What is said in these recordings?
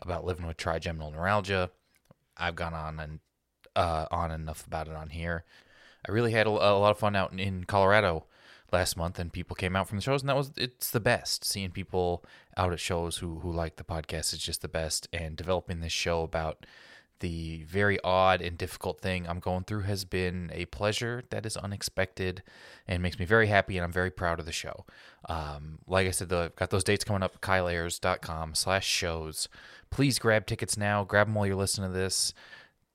about living with trigeminal neuralgia. I've gone on and uh, on enough about it on here. I really had a, a lot of fun out in, in Colorado last month, and people came out from the shows, and that was it's the best. Seeing people out at shows who who like the podcast is just the best, and developing this show about the very odd and difficult thing I'm going through has been a pleasure that is unexpected and makes me very happy, and I'm very proud of the show. Um, like I said, though, I've got those dates coming up, kyleayers.com slash shows. Please grab tickets now. Grab them while you're listening to this.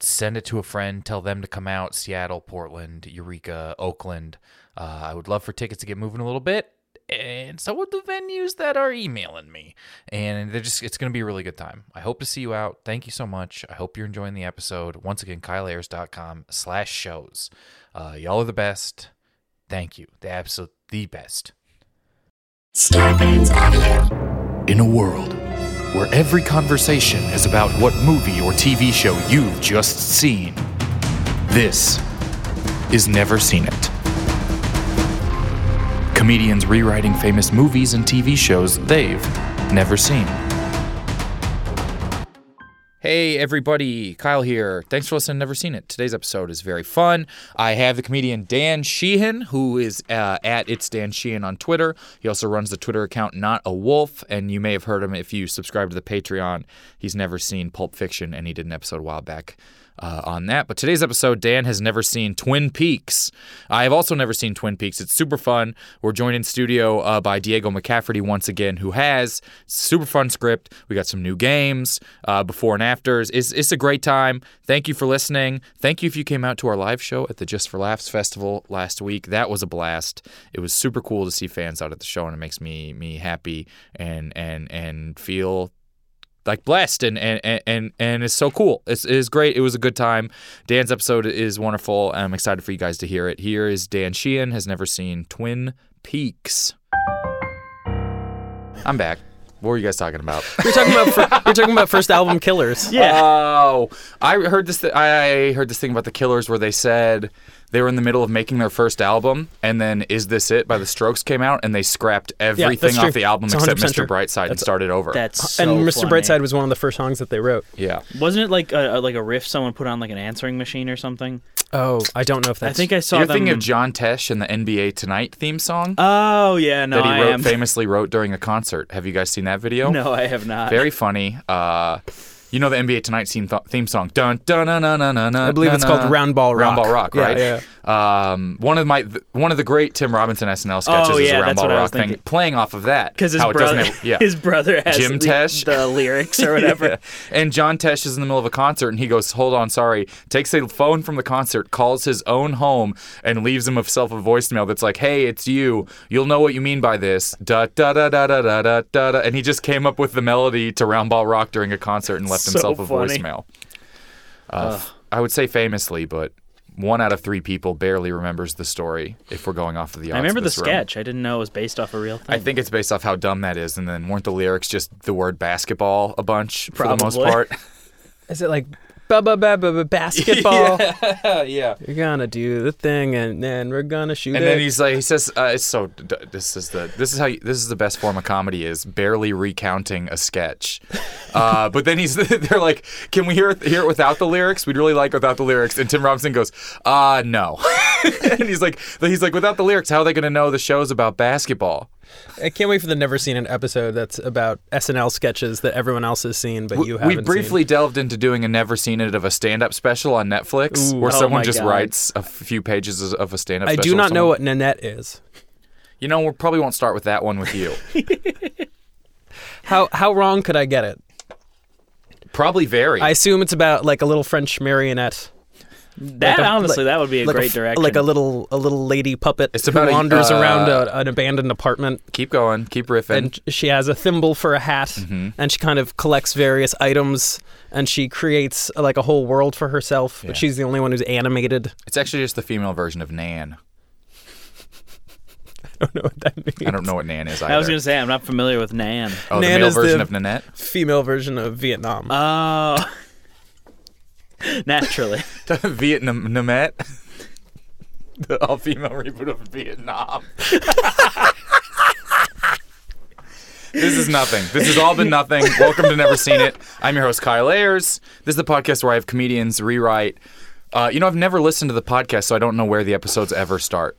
Send it to a friend. Tell them to come out. Seattle, Portland, Eureka, Oakland. Uh, I would love for tickets to get moving a little bit. And so would the venues that are emailing me. And they're just it's gonna be a really good time. I hope to see you out. Thank you so much. I hope you're enjoying the episode. Once again, kyleayers.com slash shows. Uh, y'all are the best. Thank you. The absolute the best. Starbane's Avenue. In a world where every conversation is about what movie or TV show you've just seen, this is Never Seen It. Comedians rewriting famous movies and TV shows they've never seen. Hey everybody, Kyle here. Thanks for listening. to Never seen it. Today's episode is very fun. I have the comedian Dan Sheehan, who is uh, at it's Dan Sheehan on Twitter. He also runs the Twitter account Not a Wolf, and you may have heard him if you subscribe to the Patreon. He's never seen Pulp Fiction, and he did an episode a while back uh, on that. But today's episode, Dan has never seen Twin Peaks. I have also never seen Twin Peaks. It's super fun. We're joined in studio uh, by Diego McCafferty once again, who has super fun script. We got some new games, uh, before and afters. It's, it's a great time. Thank you for listening. Thank you if you came out to our live show at the Just for Laughs Festival last week. That was a blast. It was super cool to see fans out at the show, and it makes me me happy and and and feel like blessed and and and- and and it's so cool. It's it is great. It was a good time. Dan's episode is wonderful. and I'm excited for you guys to hear it. Here is Dan Sheehan has never seen Twin Peaks. I'm back. What were you guys talking about? You're talking about fir- you're talking about first album killers. Uh, Oh, I heard this. Th- I heard this thing about the Killers where they said they were in the middle of making their first album, and then "Is This It" by the Strokes came out, and they scrapped everything off true. the album It's except 100% Mr. true. Brightside and started over. That's so and Mr. funny. Brightside was one of the first songs that they wrote. yeah. wasn't it like a, a- like a riff someone put on like an answering machine or something? Oh, I don't know if that's. I think I saw You're them. thinking of John Tesh and the NBA Tonight theme song oh yeah, no, that he I wrote, am. famously wrote during a concert. Have you guys seen that video? No, I have not. Very funny. Uh, you know the NBA Tonight theme, th- theme song. Dun dun dun dun dun dun. I believe it's called Round Ball Round Rock. Ball Rock, Yeah, right? yeah. Um, one of my th- one of the great Tim Robinson SNL sketches Oh, is yeah, Round that's Ball what I was Rock thing, thinking. playing off of that. because his how it brother, doesn't have, yeah. his brother has Jim the, Tesh? the lyrics or whatever. And John Tesh is in the middle of a concert, and he goes, "Hold on, sorry." Takes a phone from the concert, calls his own home, and leaves himself a voicemail that's like, "Hey, it's you. You'll know what you mean by this." Da da da da da da da da. da. And he just came up with the melody to Round Ball Rock during a concert and left So himself a funny. voicemail. Uh, f- I would say famously, but one out of three people barely remembers the story. If we're going off of the, I odds remember of the this room. sketch. I didn't know it was based off a real thing. I think it's based off how dumb that is, and then weren't the lyrics just the word basketball a bunch for the most Probably. part? Is it like ba ba ba ba ba basketball? yeah. You're gonna do the thing, and then we're gonna shoot And it. then he's like, he says, uh, "It's so d- this is the this is how you, this is the best form of comedy is barely recounting a sketch." Uh, but then he's they're like, "Can we hear it, hear it without the lyrics? We'd really like without the lyrics." And Tim Robinson goes, "Uh, no." and he's like, he's like, without the lyrics, how are they going to know the show's about basketball? I can't wait for the never seen an episode that's about SNL sketches that everyone else has seen, but you we haven't. briefly delved into doing a never seen it of a stand up special on Netflix, where Oh someone my just God. writes a few pages of a stand up. Seen. I do not know what Nanette is. You know, we probably won't start with that one with you. How how wrong could I get it? probably very. I assume it's about like a little French marionette That Like a- honestly, like- that would be a like great f- direction. like a little a little lady puppet It's who about a- wanders uh, around a, an abandoned apartment, Keep going. Keep riffing. and she has a thimble for a hat, Mm-hmm. and she kind of collects various items, and she creates uh, like a whole world for herself. But she's the only one who's animated. it's actually just the female version of Nan. I don't know what that means. I don't know what Nan is either. I was gonna say I'm not familiar with Nan. oh, the Nan male is the- version of Nanette. Female version of Vietnam. Oh, naturally. Vietnam Namet. the all female reboot of Vietnam. this is nothing. This has all been nothing. Welcome to Never Seen It. I'm your host, Kyle Ayers. This is the podcast where I have comedians rewrite. Uh, you know, I've never listened to the podcast, so I don't know where the episodes ever start.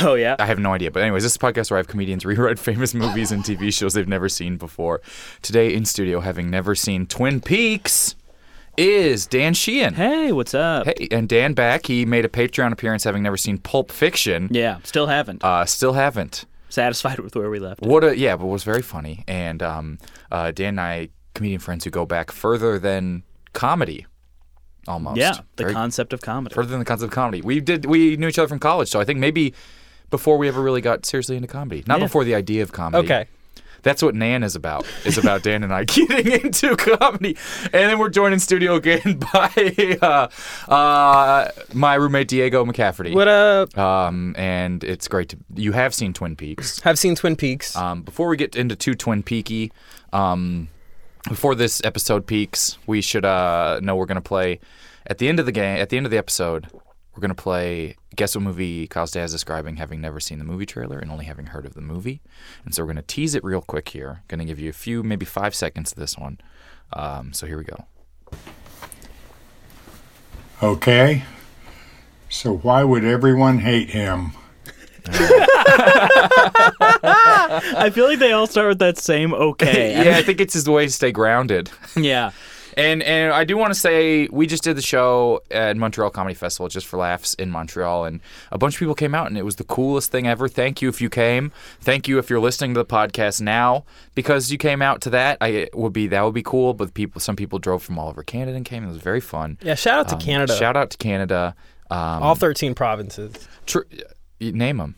Oh yeah. I have no idea. But anyways, this is a podcast where I have comedians rewrite famous movies and TV shows they've never seen before. Today in studio, having never seen Twin Peaks, is Dan Sheehan. Hey, what's up? Hey, and Dan back. He made a Patreon appearance having never seen Pulp Fiction. Yeah, still haven't. Uh, still haven't. Satisfied with where we left. it. What a yeah, but it was very funny. And um, uh, Dan and I, comedian friends who go back further than comedy, almost. Yeah, the Very- concept of comedy. further than the concept of comedy. We did. We knew each other from college, so I think maybe before we ever really got seriously into comedy, not Yeah. before the idea of comedy. okay. That's what Nan is about. Is about Dan and I getting into comedy, and then we're joined in studio again by uh, uh, my roommate Diego McCafferty. What uh, up? Um, and it's great to you have seen Twin Peaks. Have seen Twin Peaks. Um, before we get into two Twin Peaky, um, before this episode peaks, we should uh know we're gonna play at the end of the game. At the end of the episode, we're gonna play guess what movie Kyle's dad is describing, having never seen the movie trailer and only having heard of the movie. And so we're gonna tease it real quick here. Gonna give you a few, maybe five seconds of this one. Um, so here we go. Okay? So why would everyone hate him? I feel like they all start with that same okay. yeah, I think it's his way to stay grounded. yeah. And and I do want to say we just did the show at Montreal Comedy Festival just for laughs in Montreal, and a bunch of people came out, and it was the coolest thing ever. Thank you if you came. Thank you if you're listening to the podcast now because you came out to that. I it would be that would be cool. But people, some people drove from all over Canada and came. It was very fun. yeah. Shout out to Um, Canada. Shout out to Canada. Um, all 13 provinces. tr- you name them.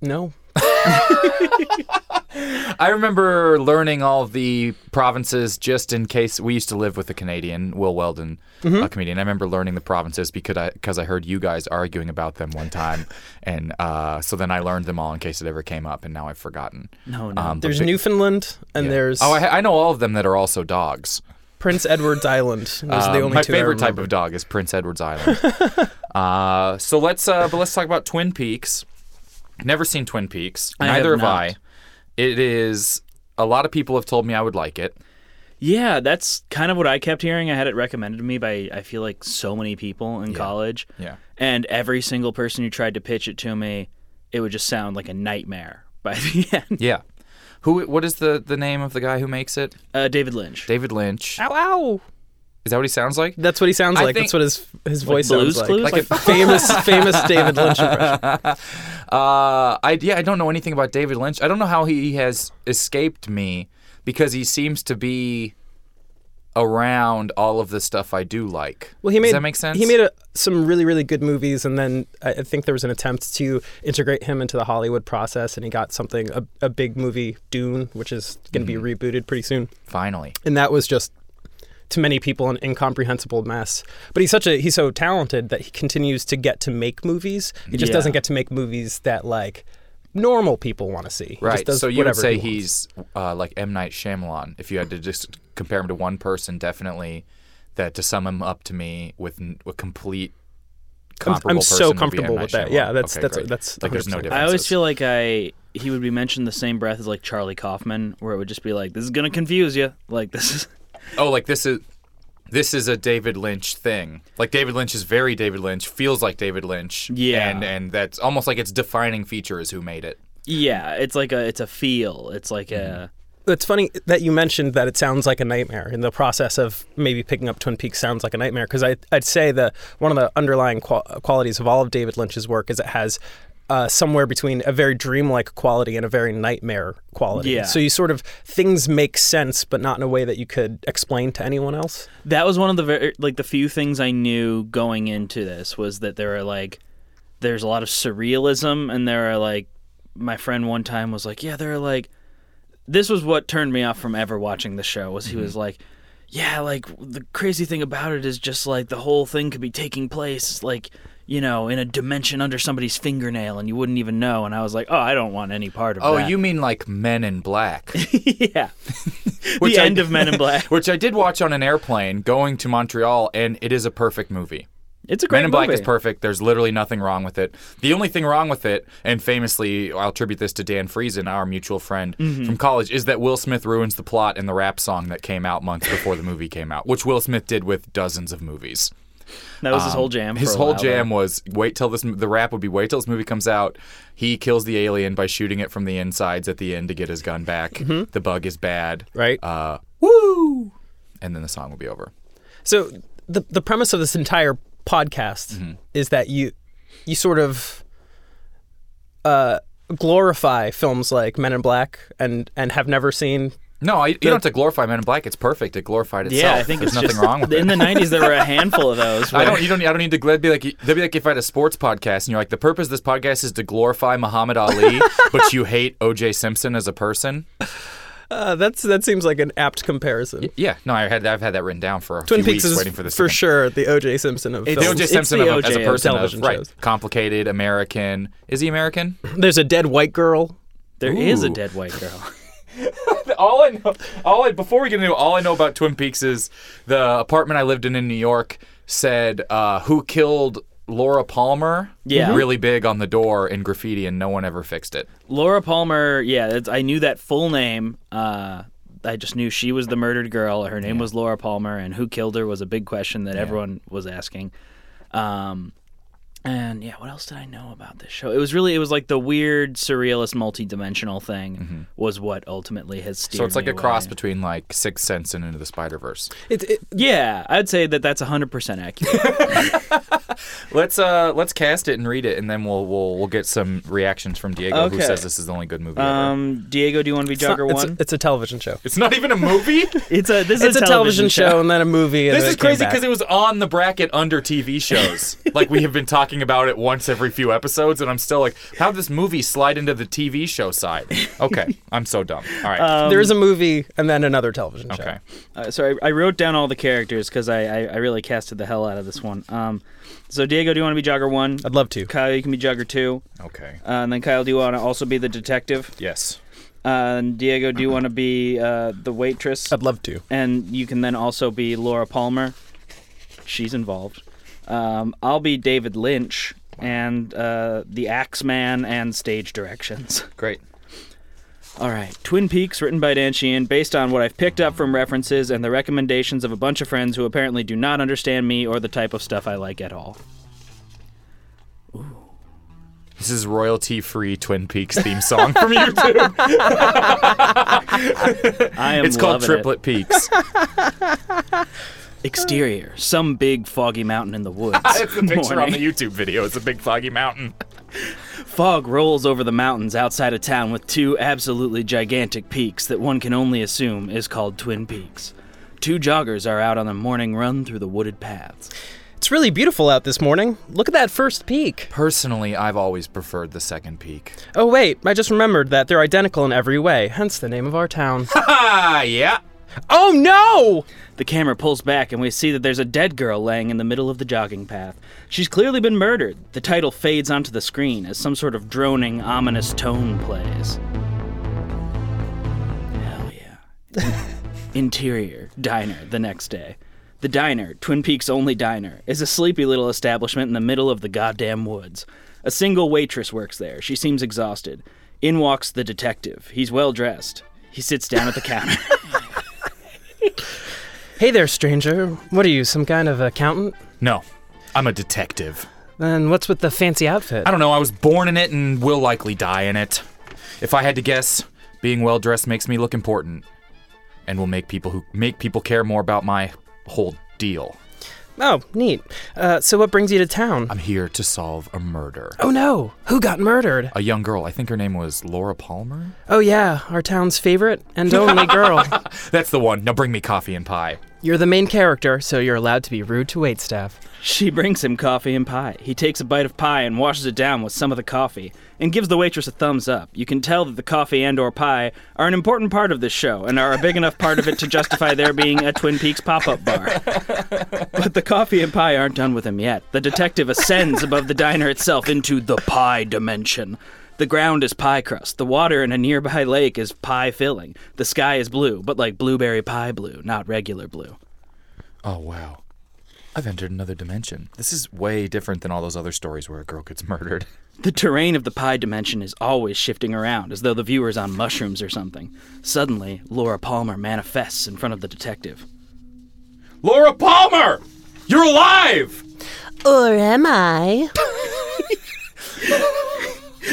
No. I remember learning all the provinces just in case we used to live with a Canadian, Will Weldon, Mm-hmm. a comedian. I remember learning the provinces because I because I heard you guys arguing about them one time, and uh, so then I learned them all in case it ever came up, and now I've forgotten. No, no. Um, but There's bi- Newfoundland and yeah. there's oh, I, ha- I know all of them that are also dogs. Prince Edward's Island. Those are the Um, only my two I favorite type remember. of dog is Prince Edward's Island. uh, so let's uh, but let's talk about Twin Peaks. Never seen Twin Peaks. I have Neither have, not. I. It is a lot of people have told me I would like it. Yeah, that's kind of what I kept hearing. I had it recommended to me by I feel like so many people in college. Yeah. And every single person who tried to pitch it to me, it would just sound like a nightmare by the end. Yeah. Who? What is the the name of the guy who makes it? Uh, David Lynch. David Lynch. Ow, ow. Is that what he sounds like? That's what he sounds I like. think- That's what his his voice Blue's sounds like. Clues? Like a famous famous David Lynch impression. Uh, I yeah, I don't know anything about David Lynch. I don't know how he has escaped me because he seems to be around all of the stuff I do like. Well, he made Does that make sense? He made a, some really really good movies, and then I, I think there was an attempt to integrate him into the Hollywood process, and he got something a, a big movie Dune, which is going to Mm-hmm. be rebooted pretty soon, finally. and that was just to many people an incomprehensible mess. But he's such a he's so talented that he continues to get to make movies. He just Yeah. doesn't get to make movies that like normal people want to see. He just Right. does So you would whatever say he wants. he's uh, like M Night Shyamalan. If you had to just compare him to one person, definitely that to sum him up to me with n- a complete. I'm- comparable I'm so person would be M. comfortable Night with that. Shyamalan. Yeah, that's- Okay, that's- great. that's like there's no 100%. difference. I always feel like I he would be mentioned in the same breath as like Charlie Kaufman, where it would just be like, "This is gonna confuse you." Like this is oh like this is this is a David Lynch thing. Like David Lynch is very David Lynch, feels like David Lynch. Yeah. And and that's almost like its defining feature is who made it. yeah, it's like a it's a feel. It's like Mm-hmm. a It's funny that you mentioned that it sounds like a nightmare, and the process of maybe picking up Twin Peaks sounds like a nightmare because I'd say that one of the underlying qual- qualities of all of David Lynch's work is it has. Uh, uh, somewhere between a very dreamlike quality and a very nightmare quality. Yeah. So you sort of things make sense, but not in a way that you could explain to anyone else. That was one of the very like the few things I knew going into this was that there are like there's a lot of surrealism and there are like my friend one time was like, Yeah, there are like this was what turned me off from ever watching the show was Mm-hmm. he was like yeah, like the crazy thing about it is just like the whole thing could be taking place like you know in a dimension under somebody's fingernail and you wouldn't even know and I was like oh I don't want any part of Oh, that you mean like Men in Black? yeah Which the I- end of Men in Black which I did watch on an airplane going to Montreal, and it is a perfect movie. it's a great Men in Black movie. is perfect. There's literally nothing wrong with it. The only thing wrong with it, and famously, I'll attribute this to Dan Friesen, our mutual friend from college, is that Will Smith ruins the plot in the rap song that came out months before the movie came out, which Will Smith did with dozens of movies. that was his Um, whole jam His for a whole while there. jam was wait till this. m- The rap would be wait till this movie comes out. He kills the alien by shooting it from the insides at the end to get his gun back. Mm-hmm. The bug is bad. Right. Uh, woo! And then the song will be over. So the the premise of this entire podcast Mm-hmm. is that you you sort of uh, glorify films like Men in Black and and have never seen. No, I, you don't have to glorify Men in Black. It's perfect. It glorified itself. Yeah, I think there's it's nothing just, wrong with it. In the '90s, there were a handful of those. I where- don't. You don't. I don't need to. They'd be like. They'd be like if I had a sports podcast and you're like, the purpose of this podcast is to glorify Muhammad Ali, but you hate O.J. Simpson as a person. Uh, that's that seems like an apt comparison. Yeah. No, I had. I've had that written down for a Twin few Peaks weeks is waiting for this. for to come. sure the O.J. Simpson of It's The films. O.J. It's Simpson the of- as a O.J. of person, of- television right? shows. Complicated American. Is he American? There's a dead white girl. There is a Ooh. dead white girl. all I know, all I before we get into it, all I know about Twin Peaks is the apartment I lived in in New York said uh, who killed Laura Palmer. Yeah. Mm-hmm. really big on the door in graffiti, and no one ever fixed it. Laura Palmer. Yeah, that's, I knew that full name. Uh, I just knew she was the murdered girl. Her name was Laura Palmer, and who killed her was a big question that everyone was asking. Um, and yeah, what else did I know about this show? It was really, it was like the weird surrealist, multi-dimensional thing was what ultimately has steered. So it's like me a cross away. between like Sixth Sense and Into the Spider Verse. It, it, Yeah, I'd say that that's hundred percent accurate. Let's uh let's cast it and read it, and then we'll we'll we'll get some reactions from Diego, who Okay. says this is the only good movie. ever. um, Diego, do you want to be it's, not- Jugger it's a- One? it's a television show. It's not even a movie. It's a this It's is a television show and then a movie. And This then is it came crazy back. because it was on the bracket under TV shows. like we have been talking about it once every few episodes, and I'm still like, how did this movie slide into the TV show side? Okay, I'm so dumb. All right, there is a movie and then another television show. um, okay. Uh, so I, I wrote down all the characters because I, I, I really casted the hell out of this one. Um, so Diego, do you want to be Jogger one? I'd love to. Kyle, you can be Jogger two, Okay. uh, and then Kyle, do you want to also be the detective? Yes. Uh, and Diego, do you want to be uh, the waitress? I'd love to. and you can then also be Laura Palmer. She's involved. Um, I'll be David Lynch and uh, the Axeman and stage directions. Great. All right. Twin Peaks, written by Dan Sheehan, based on what I've picked up from references and the recommendations of a bunch of friends who apparently do not understand me or the type of stuff I like at all. This is royalty-free Twin Peaks theme song from YouTube. I am it's called loving it. Triplet Peaks. Exterior, some big foggy mountain in the woods. That's the picture on Morning. the YouTube video. It's a big foggy mountain. Fog rolls over the mountains outside of town with two absolutely gigantic peaks that one can only assume is called Twin Peaks. Two joggers are out on a morning run through the wooded paths. It's really beautiful out this morning. Look at that first peak. Personally, I've always preferred the second peak. Oh, wait, I just remembered that they're identical in every way, hence the name of our town. Ah, yeah. oh, no! The camera pulls back, and we see that there's a dead girl laying in the middle of the jogging path. She's clearly been murdered. The title fades onto the screen as some sort of droning, ominous tone plays. Hell yeah. Interior, diner, the next day. The diner, Twin Peaks' only diner, is a sleepy little establishment in the middle of the goddamn woods. A single waitress works there. She seems exhausted. In walks the detective. He's well dressed. He sits down at the counter. Hey there, stranger. What are you, some kind of accountant? No, I'm a detective. Then what's with the fancy outfit? I don't know. I was born in it and will likely die in it. If I had to guess, being well dressed makes me look important, and will make people who make people care more about my whole deal. Oh, neat. Uh, so what brings you to town? I'm here to solve a murder. oh no, who got murdered? A young girl, I think her name was Laura Palmer. Oh yeah, our town's favorite and only girl. That's the one. Now bring me coffee and pie. You're the main character, so you're allowed to be rude to waitstaff. She brings him coffee and pie. He takes a bite of pie and washes it down with some of the coffee and gives the waitress a thumbs up. You can tell that the coffee and or pie are an important part of this show and are a big enough part of it to justify there being a Twin Peaks pop-up bar. But the coffee and pie aren't done with him yet. The detective ascends above the diner itself into the pie dimension. The ground is pie crust. The water in a nearby lake is pie filling. The sky is blue, but like blueberry pie blue, not regular blue. Oh wow. I've entered another dimension. This is way different than all those other stories where a girl gets murdered. The terrain of the pie dimension is always shifting around, as though the viewer's on mushrooms or something. Suddenly, Laura Palmer manifests in front of the detective. Laura Palmer! You're alive! Or am I?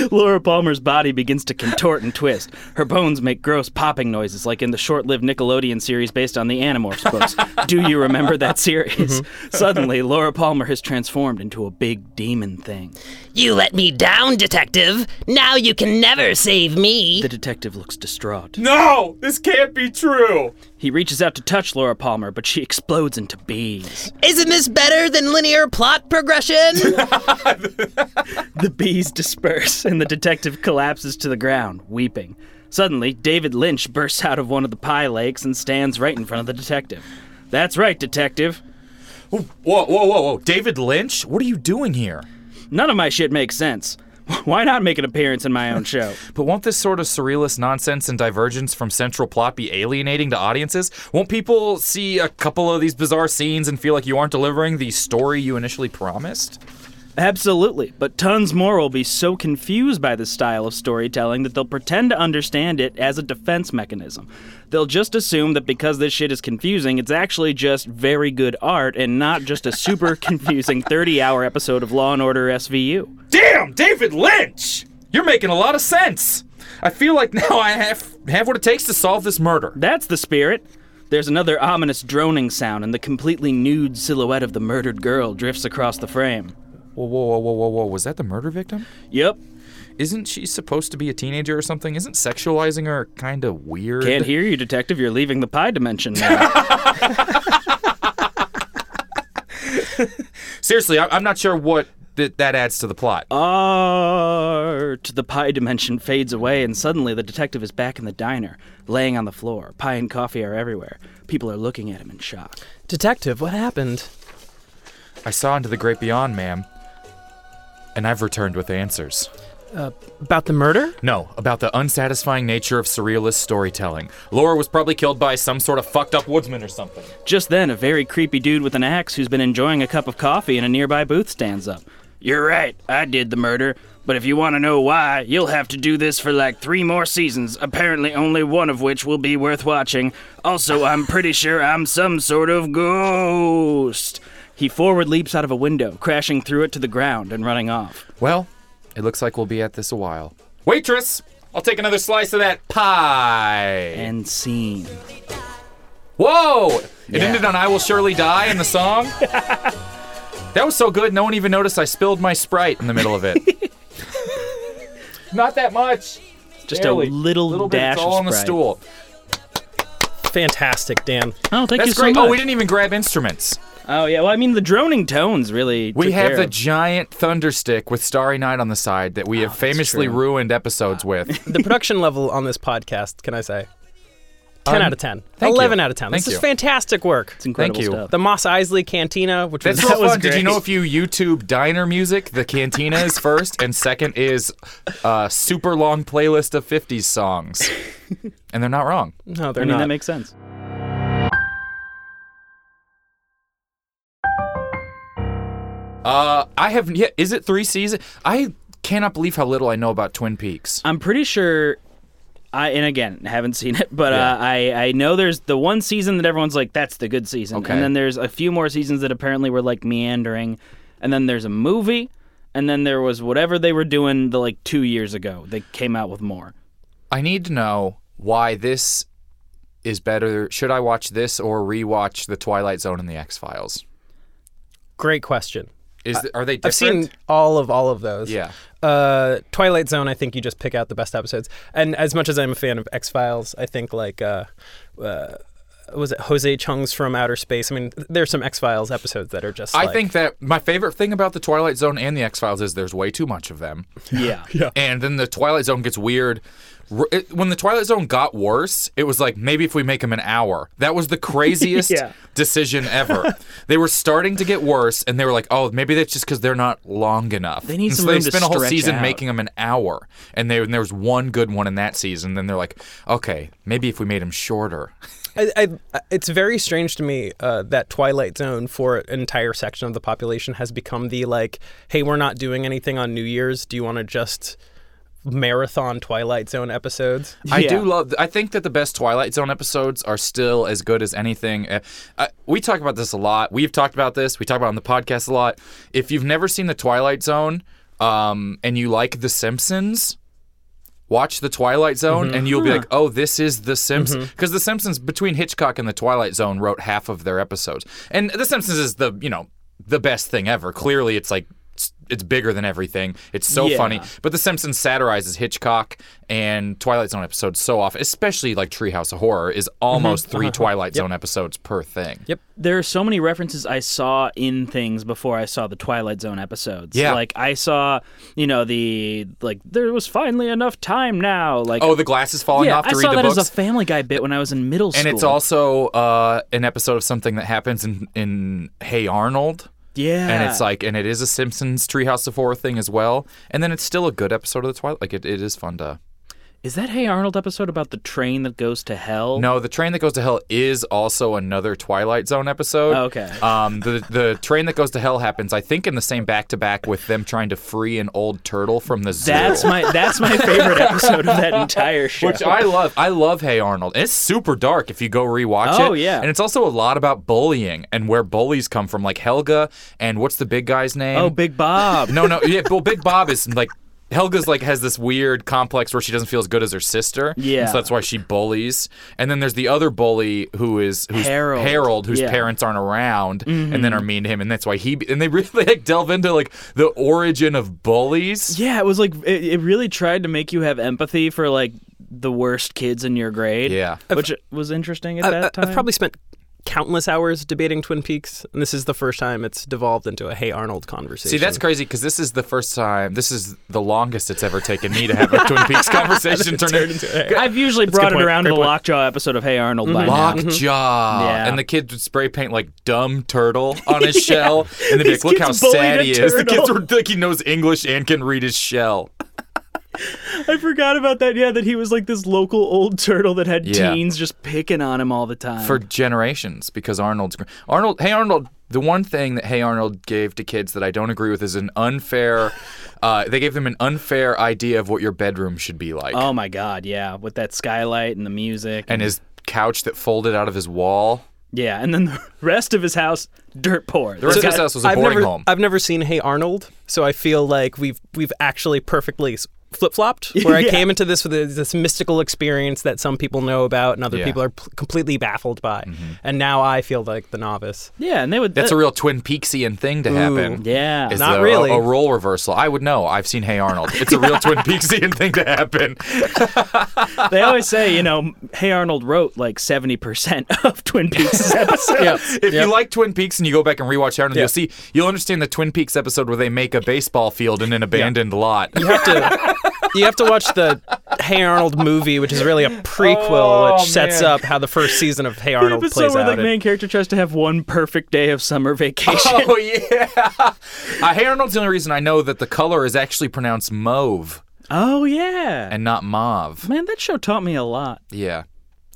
Laura Palmer's body begins to contort and twist. Her bones make gross popping noises, like in the short lived Nickelodeon series based on the Animorphs books. Do you remember that series? Suddenly, Laura Palmer has transformed into a big demon thing. You let me down, detective. Now you can never save me. The detective looks distraught. No! This can't be true! He reaches out to touch Laura Palmer, but she explodes into bees. Isn't this better than linear plot progression? The bees disperse, and the detective collapses to the ground, weeping. Suddenly, David Lynch bursts out of one of the pie lakes and stands right in front of the detective. That's right, detective. Whoa, whoa, whoa, whoa. David Lynch? What are you doing here? None of my shit makes sense. Why not make an appearance in my own show? But won't this sort of surrealist nonsense and divergence from central plot be alienating to audiences? Won't people see a couple of these bizarre scenes and feel like you aren't delivering the story you initially promised? Absolutely, but tons more will be so confused by this style of storytelling that they'll pretend to understand it as a defense mechanism. They'll just assume that because this shit is confusing, it's actually just very good art and not just a super confusing 30 hour episode of Law and Order SVU. Damn, David Lynch! You're making a lot of sense. I feel like now I have have what it takes to solve this murder. That's the spirit. There's another ominous droning sound, and the completely nude silhouette of the murdered girl drifts across the frame. Whoa, whoa, whoa, whoa, whoa, whoa! Was that the murder victim? Yep, Isn't she supposed to be a teenager or something? Isn't sexualizing her kind of weird? can't hear you, detective. You're leaving the pie dimension now. Seriously, I- I'm not sure what th- that adds to the plot. Art. The pie dimension fades away, and suddenly the detective is back in the diner, laying on the floor. Pie and coffee are everywhere. People are looking at him in shock. Detective, what happened? I saw into the great beyond, ma'am, and I've returned with answers. Uh, About the murder? No, about the unsatisfying nature of surrealist storytelling. Laura was probably killed by some sort of fucked up woodsman or something. Just then, a very creepy dude with an axe who's been enjoying a cup of coffee in a nearby booth stands up. You're right, I did the murder. But if you want to know why, you'll have to do this for like three more seasons, apparently, only one of which will be worth watching. Also, I'm pretty sure I'm some sort of ghost. He forward leaps out of a window, crashing through it to the ground and running off. Well, it looks like we'll be at this a while. Waitress! I'll take another slice of that pie! And scene. Whoa! It ended on I Will Surely Die in the song? that was so good, no one even noticed I spilled my Sprite in the middle of it. Not that much. Just Barely. a little, little bit, dash it's all of on the Sprite. stool. Fantastic, Dan. Oh, thank you That's so great. much. Oh, we didn't even grab instruments. Oh, yeah. Well, I mean, the droning tones really. We took have care the of- Ah, giant thunder stick with Starry Night on the side that we have famously true. Ah. ruined episodes with. The production level on this podcast, can I say? 10 Um, out of 10. thank 11 you. out of 10. Thank this you. is fantastic work. It's incredible Thank you. stuff. The Moss Isley Cantina, which That's was, real that was fun. Did you great. know if you YouTube diner music, the cantina is first, and second is a super long playlist of 50s songs? and they're not wrong. No, they're I mean, not. that makes sense. Uh, I have yet. Is it three seasons? I cannot believe how little I know about Twin Peaks. I'm pretty sure. I and again haven't seen it, but uh, I I know there's the one season that everyone's like that's the good season, Okay. and then there's a few more seasons that apparently were like meandering, and then there's a movie, and then there was whatever they were doing the like two years ago. They came out with more. I need to know why this is better. Should I watch this or rewatch The Twilight Zone and The X Files? Great question. Is th- are they I've different? seen all of all of those. Yeah. Uh, Twilight Zone. I think you just pick out the best episodes. And as much as I'm a fan of X Files, I think like uh, uh, was it Jose Chung's from Outer Space? I mean, there's some X Files episodes that are just. I like- think that my favorite thing about the Twilight Zone and the X Files is there's way too much of them. Yeah. And then the Twilight Zone gets weird. R- it- When the Twilight Zone got worse, it was like maybe if we make them an hour. That was the craziest Yeah. decision ever. they were starting to get worse, and they were like, "Oh, maybe that's just because they're not long enough." They need And so some they room to spent a whole stretch season out. making them an hour, and, they, and there was one good one in that season. Then they're like, "Okay, maybe if we made them shorter." I, I, it's very strange to me uh, that Twilight Zone for an entire section of the population has become the like, hey, we're not doing anything on New Year's. Do you want to just marathon Twilight Zone episodes? I Yeah. do love. I think that the best Twilight Zone episodes are still as good as anything. Uh, I, we talk about this a lot. We've talked about this. We talk about it on the podcast a lot. If you've never seen the Twilight Zone, um, and you like The Simpsons. Watch The Twilight Zone, and you'll Hmm. be like, "Oh, this is The Simpsons," Mm-hmm. because The Simpsons, between Hitchcock and The Twilight Zone, wrote half of their episodes. And The Simpsons is the you know the best thing ever. Clearly, it's like it's, it's bigger than everything. It's so Yeah. funny. But The Simpsons satirizes Hitchcock and Twilight Zone episodes so often, especially like Treehouse of Horror is Mm-hmm. almost three Uh-huh. Twilight Zone episodes per thing. Yep. there are so many references I saw in things before I saw the Twilight Zone episodes. Yeah. Like I saw, you know, the like there was finally enough time now. Like Oh, the glasses falling yeah, off to I read saw the that books. as a Family Guy bit when I was in middle school. and it's also uh, an episode of something that happens in, in Hey Arnold. yeah, And it's like, and it is a Simpsons Treehouse of Horror thing as well. And then it's still a good episode of the Twilight. Like, it, it is fun to. is that Hey Arnold episode about the train that goes to hell? No, the train that goes to hell is also another Twilight Zone episode. Oh, okay. Um, the the train that goes to hell happens, I think, in the same back to back with them trying to free an old turtle from the zoo. that's my that's my favorite episode of that entire show. which I love. I love Hey Arnold. It's super dark if you go rewatch it. Oh, yeah. and it's also a lot about bullying and where bullies come from, like Helga and what's the big guy's name? oh, Big Bob. No, no, yeah. Well, Big Bob is like Helga's like has this weird complex where she doesn't feel as good as her sister. and Yeah. so that's why she bullies. And then there's the other bully who is who's Harold. whose Yeah. Mm-hmm. parents aren't around, and then are mean to him, and that's why he. And they really like delve into like the origin of bullies. Yeah, it was like it, it really tried to make you have empathy for like the worst kids in your grade. Yeah. which was interesting at that I, time. have probably spent countless hours debating Twin Peaks, and this is the first time it's devolved into a Hey Arnold conversation. See, that's crazy because this is the first time. This is the longest it's ever taken me to have a Twin Peaks conversation turned into. I've usually brought it point, around to great the point. Lockjaw episode of Hey Arnold by now. Lockjaw, Mm-hmm. Yeah. and the kids would spray paint like "dumb turtle" on his shell, and they'd be like, These "Look how kids bullied sad a he is." The turtle. kids were like, "He knows English and can read his shell." I forgot about that. Yeah, that he was like this local old turtle that had Yeah. teens just picking on him all the time. for generations because Arnold's gr- Arnold. Hey Arnold, the one thing that Hey Arnold gave to kids that I don't agree with is an unfair. uh, they gave them an unfair idea of what your bedroom should be like, oh my god, yeah, with that skylight and the music and his couch that folded out of his wall. yeah, and then the rest of his house dirt poor. The rest of his house was a I've boarding never, home. I've never seen Hey Arnold, so I feel like we've we've actually perfectly flip flopped. Where I Yeah. came into this with a- this mystical experience that some people know about and other Yeah. people are p- completely baffled by, and now I feel like the novice. yeah, and they would. uh, That's a real Twin Peaksian thing to happen. yeah. Is Uh, Not a- really. A, role reversal. I would know. I've seen Hey Arnold. It's a real Twin Peaksian thing to happen. they always say, you know, Hey Arnold wrote like seventy percent of Twin Peaks' episodes. If you like Twin Peaks and you go back and rewatch Arnold, Yeah. you'll see you'll understand the Twin Peaks episode where they make a baseball field in an abandoned lot. You have to. You have to watch the Hey Arnold movie, which is really a prequel, which sets up how the first season of Hey Arnold the episode plays where out. the main character tries to have one perfect day of summer vacation. Oh yeah. Uh, hey Arnold's the only reason I know that the color is actually pronounced mauve oh yeah. and not mauve. Man, that show taught me a lot. Yeah.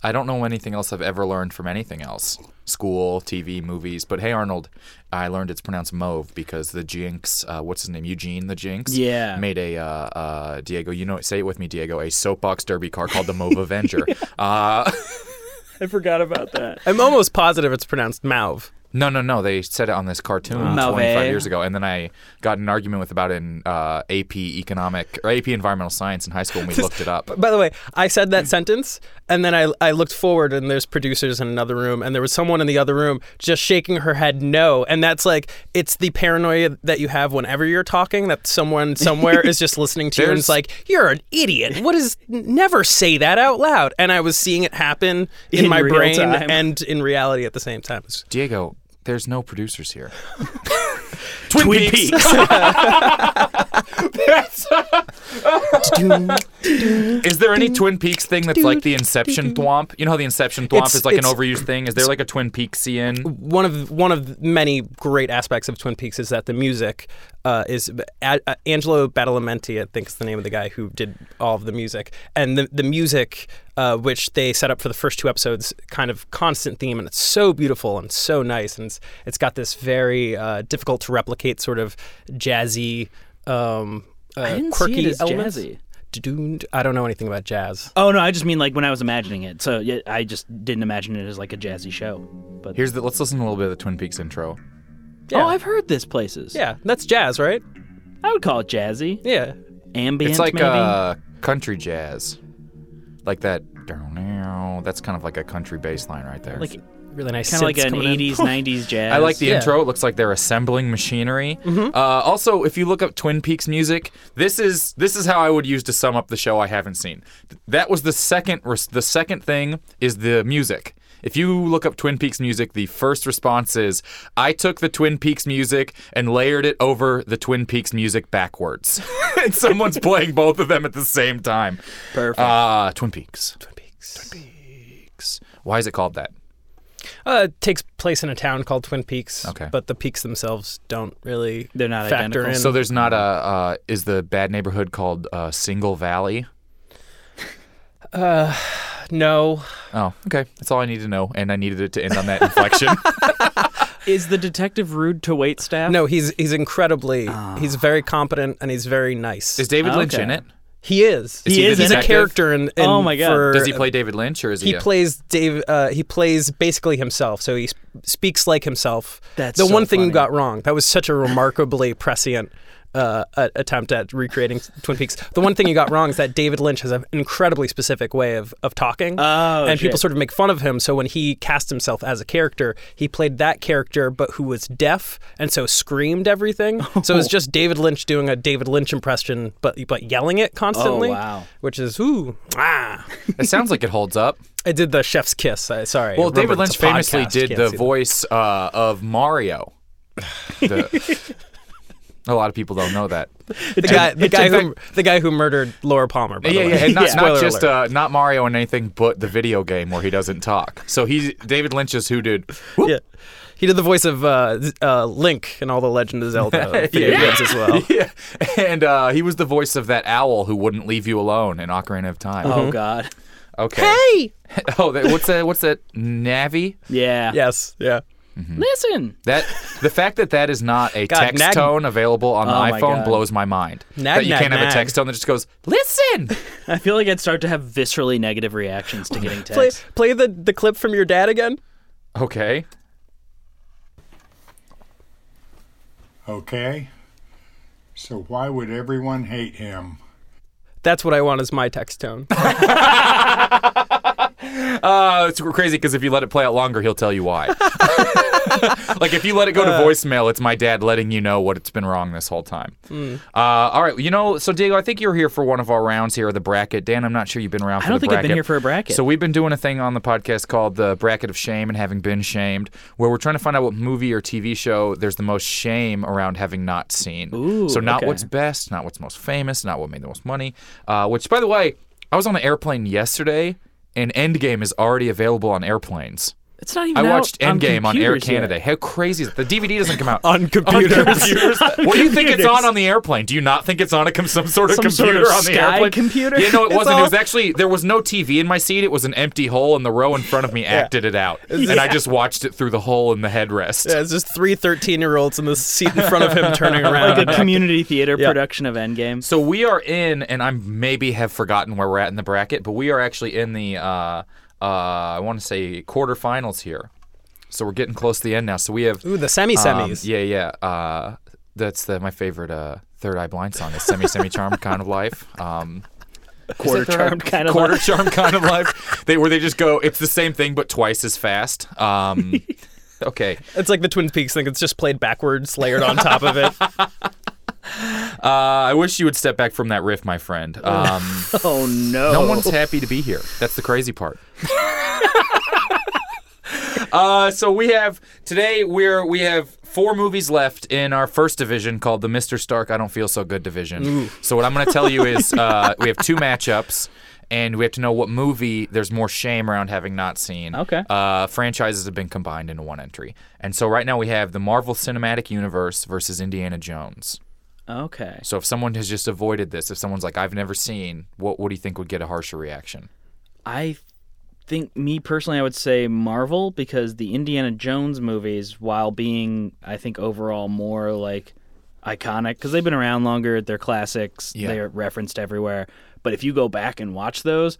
I don't know anything else I've ever learned from anything else. School, TV, movies. But hey Arnold, I learned it's pronounced mauve because the Jinx, uh, what's his name, Eugene the Jinx, Yeah. made a uh, uh, Diego. You know, it, say it with me, Diego. A soapbox derby car called the Mauve Avenger. uh, I forgot about that. I'm almost positive it's pronounced Mauve. No, no, no. They said it on this cartoon Mauvais. 25 years ago, and then I got in an argument with about it in uh, AP economic or AP environmental science in high school, and we looked it up. By the way, I said that sentence, and then I, I looked forward, and there's producers in another room, and there was someone in the other room just shaking her head no. And that's like, it's the paranoia that you have whenever you're talking that someone somewhere is just listening to you and There's- it's like, you're an idiot. What is, never say that out loud. And I was seeing it happen in, In my real brain time. and in reality at the same time. It's- Diego, there's no producers here. Twin, Peaks. Is there any Twin Peaks thing that's like the Inception thwomp? You know how the Inception thwomp It's- is like an it's- overused thing? Is there like a Twin Peaksian? one of one of many great aspects of Twin Peaks is that the music uh, is A- A- Angelo Badalamenti, I think is the name of the guy who did all of the music, and the the music uh, which they set up for the first two episodes, kind of constant theme, and it's so beautiful and so nice, and it's, it's got this very uh, difficult to replicate sort of jazzy, um, uh, I didn't see quirky it as elements. jazzy. Doo-doo. I don't know anything about jazz. Oh no, I just mean like when I was imagining it. So yeah, I just didn't imagine it as like a jazzy show. But Here's the, let's listen to a little bit of the Twin Peaks intro. oh, I've heard this places. Yeah, that's jazz, right? I would call it jazzy, Yeah. ambient. It's like maybe. uh, country jazz. Like that. That's kind of like a country bass line right there. like Really nice. kind of like synths an coming in. 80s, 90s jazz. I like the Yeah. intro. It looks like they're assembling machinery. Uh, also, if you look up Twin Peaks music, this is this is how I would use to sum up the show I haven't seen. Th- That was the second res- the second thing is the music. If you look up Twin Peaks music, the first response is I took the Twin Peaks music and layered it over the Twin Peaks music backwards. and someone's playing both of them at the same time. Perfect. Uh, Twin Peaks. Twin Peaks. Twin Peaks. Why is it called that? Uh, it takes place in a town called Twin Peaks. Okay. But the peaks themselves don't really. They're not factor identical. in. So there's not a uh, is the bad neighborhood called uh, Single Valley? no. Oh, okay. That's all I need to know, and I needed it to end on that inflection. Is the detective rude to wait staff? No, he's he's incredibly. He's very competent and he's very nice. Ah. is David Lynch Okay. in it? he is. Is he the is. He's a detective? character in. in Oh my God. for- Does he play David Lynch or is he? He a- plays Dave. Uh, he plays basically himself. So he sp- speaks like himself. That's the so one thing you funny. got wrong. That was such a remarkably prescient uh, a- attempt at recreating Twin Peaks. The one thing you got wrong is that David Lynch has an incredibly specific way of of talking, Oh, and people shit. sort of make fun of him. So when he cast himself as a character, he played that character, but who was deaf and so screamed everything. So it was just David Lynch doing a David Lynch impression, but but yelling it constantly. Oh, wow. Which is ooh ah. It sounds like it holds up. I did the chef's kiss. I, sorry. Well, Remember, David Lynch it's a famously podcast. did Can't the see voice uh, of Mario. The- a lot of people don't know that. the guy, the guy who the guy who murdered Laura Palmer. By yeah, the yeah, way. and not, not Spoiler just alert. uh, not Mario and anything, but the video game where he doesn't talk. So he's David Lynch is who did. Whoop, yeah. He did the voice of uh, Z- uh, Link in all the Legend of Zelda video games as well. yeah. And uh, he was the voice of that owl who wouldn't leave you alone in Ocarina of Time. Oh God. Okay. Hey. oh, that, what's that? What's that? Navi. Yeah. Yes, yeah. Listen. That the fact that that is not a God, text nag- tone available on the Oh my iPhone God. blows my mind. Nag, that you nag, can't have a nag. text tone that just goes listen. I feel like I'd start to have viscerally negative reactions to getting Play texts. play the, the clip from your dad again. okay. Okay? So why would everyone hate him? That's what I want as my text tone. Uh, it's crazy because if you let it play out longer, he'll tell you why. like if you let it go to Uh. voicemail, it's my dad letting you know what it's been wrong this whole time. Hmm. Uh, all right, you know, so Diego, I think you're here for one of our rounds here of the bracket. Dan, I'm not sure you've been around. For I don't the think I've been bracket. here for a bracket. So we've been doing a thing on the podcast called the bracket of shame and having been shamed, where we're trying to find out what movie or TV show there's the most shame around having not seen. Ooh, so not okay. what's best, not what's most famous, not what made the most money. Uh, which, by the way, I was on an airplane yesterday, and Endgame is already available on airplanes. It's not even. I out watched Endgame on, Air computers yet. Canada. How crazy is it? The DVD doesn't come out. On computers. computers? what do you think it's computers. on on the airplane? Do you not think it's on a com- some sort of Some sort computer of on the sky airplane? computer? Yeah, no, it It's wasn't. It all- was actually there was no TV in my seat. It was an empty hole, and the row in front of me acted it out, and I just watched it through the hole in the headrest. Yeah, it's just three 13 year olds in the seat in front of him turning around. Like a community theater production of Endgame. So we are in, and I maybe have forgotten where we're at in the bracket, but we are actually in the uh, uh, I want to say quarterfinals here. So we're getting close to the end now. So we have Ooh, the semi um, semis. yeah, yeah. Uh, that's the my favorite uh, Third Eye Blind song. It's semi semi charmed kind of life. Um, Quarter is that Third Eye- Charmed Kind of quarter Life. charmed kind of life. They where they just go. It's the same thing but twice as fast. Um, okay. It's like the Twin Peaks thing. It's just played backwards, layered on top of it. Uh, I wish you would step back from that riff, my friend. Um, Oh no! no one's happy to be here. That's the crazy part. uh, so we have today we're we have four movies left in our first division called the Mr. Stark I Don't Feel So Good division. So what I'm going to tell you is uh, we have two matchups. And we have to know what movie there's more shame around having not seen. Okay. Uh, franchises have been combined into one entry. And so right now we have the Marvel Cinematic Universe versus Indiana Jones. Okay. So if someone has just avoided this, if someone's like, I've never seen, what what do you think would get a harsher reaction? I think me personally, I would say Marvel because the Indiana Jones movies, while being I think overall more like iconic because they've been around longer, they're classics, Yeah. they're referenced everywhere. But if you go back and watch those,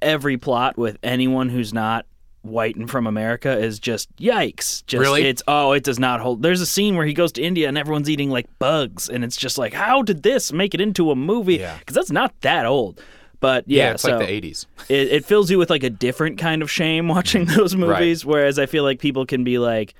every plot with anyone who's not white and from America is just yikes. Just Really? it's oh, it does not hold. There's a scene where he goes to India and everyone's eating like bugs, and it's just like, how did this make it into a movie? Yeah. because that's not that old. But yeah, it's so- like the 80s. it, it fills you with like a different kind of shame watching those movies. Whereas I feel like people can be like,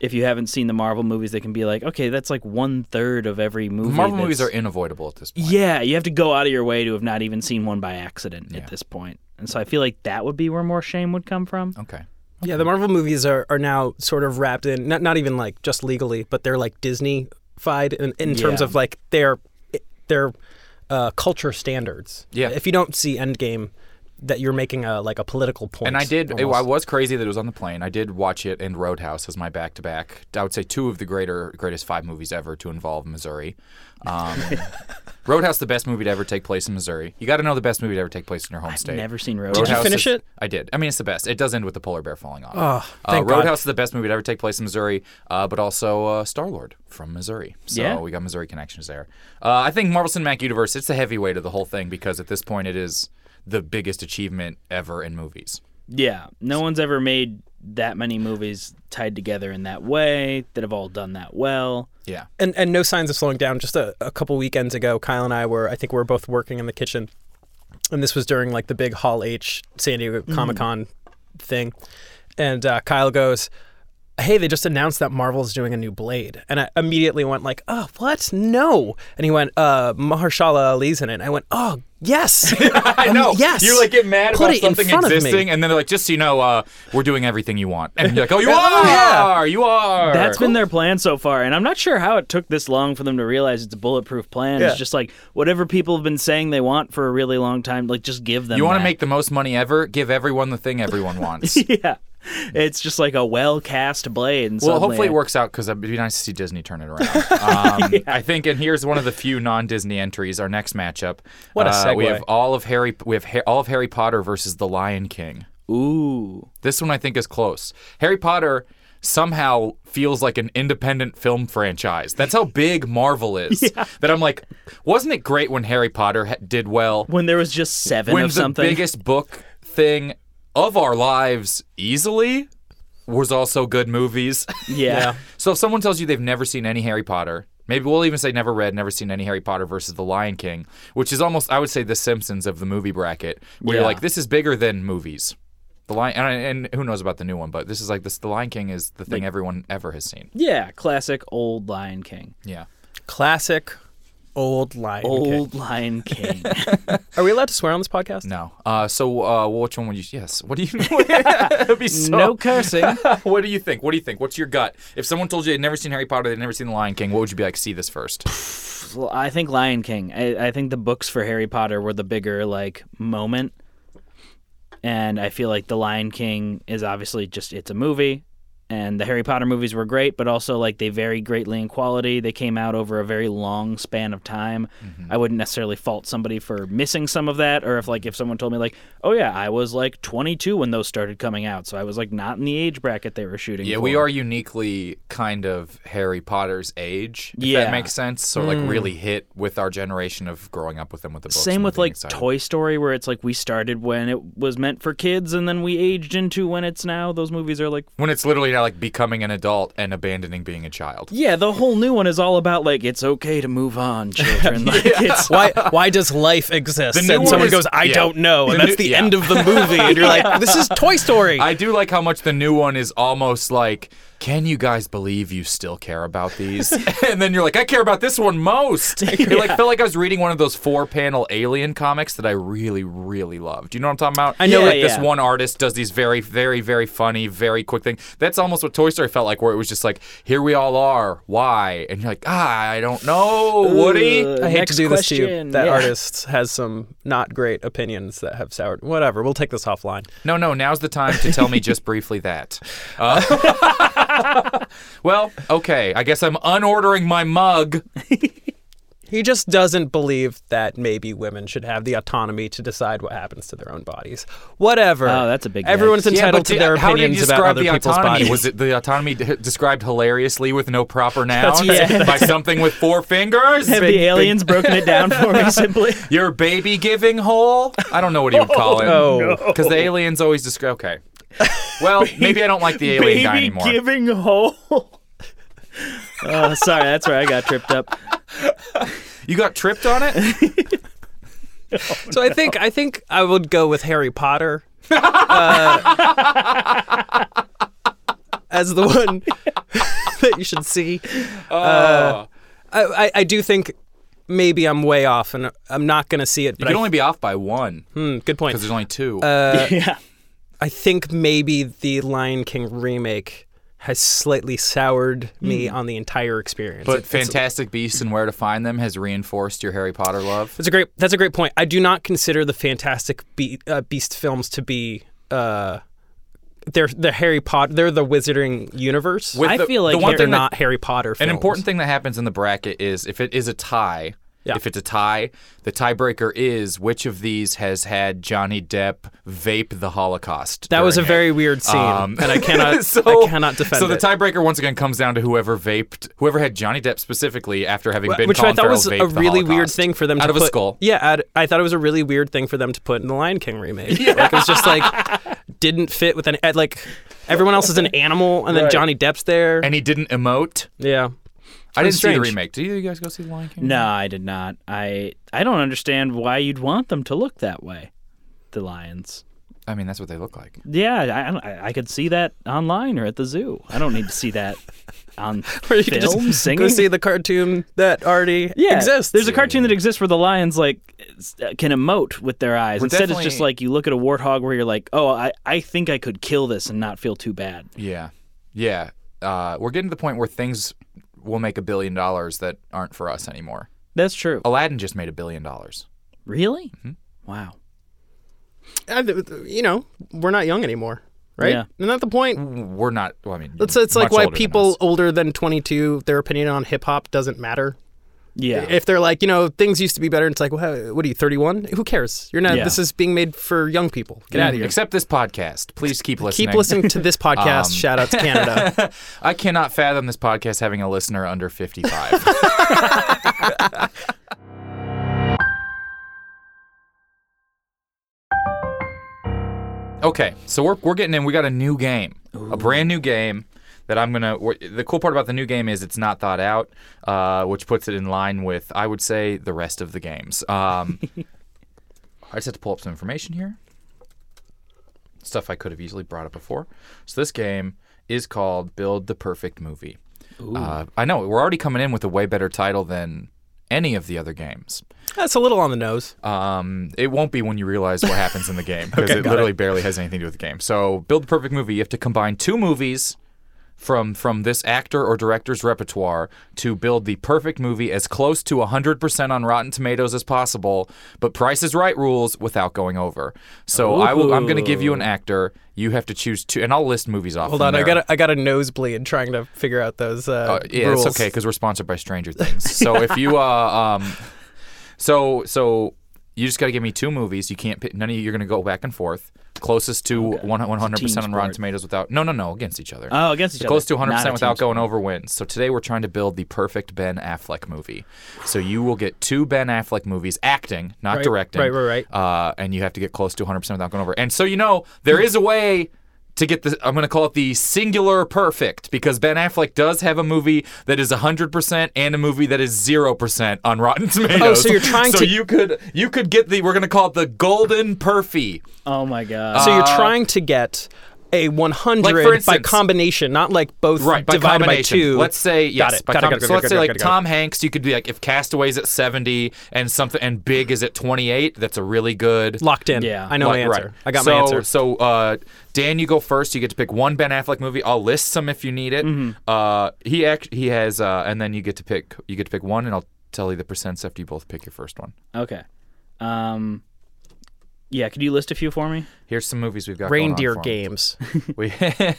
if you haven't seen the Marvel movies, they can be like, okay, that's like one third of every movie. Marvel that's- movies are inavoidable at this point. Yeah, you have to go out of your way to have not even seen one by accident at this point. And so I feel like that would be where more shame would come from. Okay. Yeah, the Marvel movies are, are now sort of wrapped in not not even like just legally, but they're like Disney fied in, in terms Yeah. of like their their uh, culture standards. Yeah. If you don't see Endgame, that you're making a like a political point. And I did. It, I almost. was crazy that it was on the plane. I did watch it and Roadhouse as my back to back. I would say two of the greater greatest five movies ever to involve Missouri. Um, Roadhouse, the best movie to ever take place in Missouri. You got to know the best movie to ever take place in your home state. Never seen Roadhouse Roadhouse. finish is- it? Ah, I did. I mean, it's the best. It does end with the polar bear falling off. uh, thank God. Roadhouse is the best movie to ever take place in Missouri, uh, but also uh, Star Lord from Missouri. So Yeah. we got Missouri connections there. Uh, I think Marvel Cinematic Universe. It's the heavyweight of the whole thing because at this point it is the biggest achievement ever in movies. Yeah, no one's ever made that many movies tied together in that way that have all done that well. Yeah. and and no signs of slowing down. Just a, a couple weekends ago, Kyle and I were I think we were both working in the kitchen, and this was during like the big Hall H San Diego Mm. Comic Con thing, and uh, Kyle goes. Hey, they just announced that Marvel's doing a new Blade, and I immediately went like, "Oh, what? No!" And he went, "Uh, Mahershala Ali's in it." And I went, "Oh, yes, I Um, know. yes." You like get mad Put about it in something front of me." existing, and then they're like, "Just so you know, uh, we're doing everything you want." And you're like, "Oh, you are! You are!" That's been their plan so far, and I'm not sure how it took this long for them to realize it's a bulletproof plan. Yeah. It's just like whatever people have been saying they want for a really long time, like just give them. You want to make the most money ever? Give everyone the thing everyone wants. yeah. It's just like a well cast blade. And Well, suddenly- hopefully it works out because it'd be nice to see Disney turn it around. Um, I think, and here's one of the few non-Disney entries. Our next matchup. Uh, What a We segue. have all of Harry. We have ha- all of Harry Potter versus the Lion King. Ooh, This one I think is close. Harry Potter somehow feels like an independent film franchise. That's how big Marvel is. That I'm like, wasn't it great when Harry Potter ha- did well? when there was just seven when of the something. biggest book thing of our lives easily was also good movies. yeah. So if someone tells you they've never seen any Harry Potter, maybe we'll even say never read, never seen any Harry Potter versus The Lion King, which is almost I would say the Simpsons of the movie bracket, where you're Yeah. like, this is bigger than movies. The Lion and, and who knows about the new one, but this is like this. The Lion King is the thing everyone ever has seen. yeah, classic old Lion King. Yeah. classic, old line." Old Lion King. Are we allowed to swear on this podcast? No. Uh, so uh, which one would you? Yes. What do you? It'd be so- no cursing. what do you think? What do you think? What's your gut? If someone told you they'd never seen Harry Potter, they'd never seen The Lion King, what would you be like? See this first. Well, I think Lion King. I, I think the books for Harry Potter were the bigger like moment, and I feel like the Lion King is obviously just it's a movie, and the Harry Potter movies were great, but also like they vary greatly in quality. They came out over a very long span of time. Mm-hmm. I wouldn't necessarily fault somebody for missing some of that, or if like if someone told me like, oh yeah, I was like 22 when those started coming out, so I was like not in the age bracket they were shooting. Yeah, we for. are uniquely kind of Harry Potter's age. If that Yeah. Hmm. makes sense. So like really hit with our generation of growing up with them with the books. Same and with being like excited. Toy Story, where it's like we started when it was meant for kids, and then we aged into when it's now. Those movies are like When it's literally now yeah, like becoming an adult and abandoning being a child. Yeah, the whole new one is all about like it's okay to move on, children. Like it's Why why does life exist? The new and one someone is- goes, I yeah. don't know, and The that's new- the yeah. end of the movie. And you're like, this is Toy Story. I do like how much the new one is almost like, can you guys believe you still care about these? and then you're like, I care about this one most. It like felt like I was reading one of those four panel alien comics that I really, really loved. You know what I'm talking about? I know like it, this yeah. one artist does these very, very, very funny, very quick thing. That's almost what Toy Story felt like, where it was just like, here we all are. Why? And you're like, ah, I don't know, Woody. Ugh. I hate Next to do this to question, you. That yeah. artist has some not great opinions that have soured. Whatever. We'll take this offline. No, no, now's the time to tell me just briefly that. Uh, well, okay, I guess I'm unordering my mug. He just doesn't believe that maybe women should have the autonomy to decide what happens to their own bodies. Whatever. Oh, that's a big Everyone's yikes. entitled to di- their how did you opinions about describe other the people's autonomy? bodies. Was it the autonomy d- described hilariously with no proper noun right. by something with four fingers? have the aliens broken it down for me simply. Your baby giving hole? I don't know what he would call it. Oh, Because the aliens always describe. Okay. Well, maybe I don't like the alien Baby guy anymore. giving hole. oh, sorry, that's where I got tripped up. You got tripped on it? so I think I think I would go with Harry Potter uh, as the one that you should see. Uh, Oh. I, I I do think maybe I'm way off, and I'm not going to see it. You But can I- only be off by one because hmm, good point. there's only two. yeah. I think maybe the Lion King remake has slightly soured me on the entire experience. Hmm. But It's- it's- Fantastic Beasts and Where to Find Them has reinforced your Harry Potter love. That's a great. That's a great point. I do not consider the Fantastic Be- uh, Beast films to be. Uh, they're the Harry Potter. They're the Wizarding universe. With I the- feel like the one they're they're thing that- not Harry Potter. Films. an important thing that happens in the bracket is if it is a tie, Yeah. if it's a tie, the tiebreaker is which of these has had Johnny Depp vape the Holocaust. That was a during it. very weird scene, Um, and I cannot. so- I cannot defend So the it. tiebreaker once again comes down to whoever vaped, whoever had Johnny Depp specifically after having been which I Colin thought was Farrell a vape the really weird Holocaust. thing for them out to of put, a skull. Yeah, I'd- I thought it was a really weird thing for them to put in the Lion King remake. Like it was just like didn't fit with any. I'd Like everyone else is an animal, and then Johnny Depp's there. And he didn't emote. yeah, I didn't see the strange. remake. Did you guys go see the Lion King? No, I did not. I I don't understand why you'd want them to look that way. The lions. I mean, that's what they look like. Yeah, I- I don't- I, I could see that online or at the zoo. I don't need to see that on Or you could film just singing. go see the cartoon that already yeah, exists. There's a cartoon that exists where the lions like s- uh, can emote with their eyes. We're Instead, it's just definitely- like you look at a warthog where you're like, oh, I, I think I could kill this and not feel too bad. Yeah. Yeah. Uh, we're getting to the point where things will make a billion dollars that aren't for us anymore. That's true. Aladdin just made a billion dollars. Oh, Really? Mm-hmm. Wow. I th- you know, we're not young anymore, right? Yeah. Isn't that the point? We're not, well, I mean, It's, it's like Mm, much why older than people us. older than 22, their opinion on hip hop doesn't matter. Yeah. If they're like, you know, things used to be better, and it's like, well, what are you, 31? Who cares? You're not, Yeah. this is being made for young people. Get out of here. Except this podcast. Please keep listening. Keep listening to this podcast. Um, Shout out to Canada. I cannot fathom this podcast having a listener under 55. okay, so we're, we're getting in. We got a new game, a brand new game that I'm gonna. wh- The cool part about the new game is it's not thought out, uh, which puts it in line with I would say the rest of the games. Um, I just have to pull up some information here stuff I could have easily brought up before. So this game is called Build the Perfect Movie. Uh, I know we're already coming in with a way better title than any of the other games. That's a little on the nose. Um, it won't be when you realize what happens in the game because it literally barely has anything to do with the game. So Build the Perfect Movie, you have to combine two movies. From, from this actor or director's repertoire to build the perfect movie as close to 100% on Rotten Tomatoes as possible, but Price is Right rules without going over. So I will, I'm going to give you an actor. You have to choose two, and I'll list movies off. Hold from on, I there. got a, I got a nosebleed trying to figure out those uh, Uh, yeah, rules. it's okay because we're sponsored by Stranger Things. So if you, uh, um, so so you just got to give me two movies. You can't pick none of you. You're gonna go back and forth. Closest to one hundred percent on Rotten sport. Tomatoes without no no no against each other. Oh, against each So Close to other. 100 Not a percent without team going over wins. So today we're trying to build the perfect Ben Affleck movie. So you will get two Ben Affleck movies, acting, not Right, directing. right, right, right. Uh, and you have to get close to 100 percent without going over. And so you know there is a way. to get the. I'm going to call it the singular perfect because Ben Affleck does have a movie that is 100% and a movie that is 0% on Rotten Tomatoes. Oh, so you're trying So to- you could you could get the. We're going to call it the golden perfy. Oh my god. So you're trying to get a 100 Uh, like, for by instance- combination, not like both Right, by divided by combination. two. Let's say yes. Got it. by got it, com- got it, got so it, let's got it, say got it, like got it, got Tom Hanks, you could be like if Castaway's at seventy and something and Big is at twenty eight. That's a really good it. locked in. Yeah. I know my Like, answer. right. I got so, my answer. So uh, Dan, you go first. You get to pick one Ben Affleck movie. I'll list some if you need it. Mm-hmm. Uh, he act- he has, uh, and then you get to pick. You get to pick one, and I'll tell you the percents after you both pick your first one. okay. Um. Yeah. Could you list a few for me? Here's some movies we've got. going on Reindeer for 'em. games. We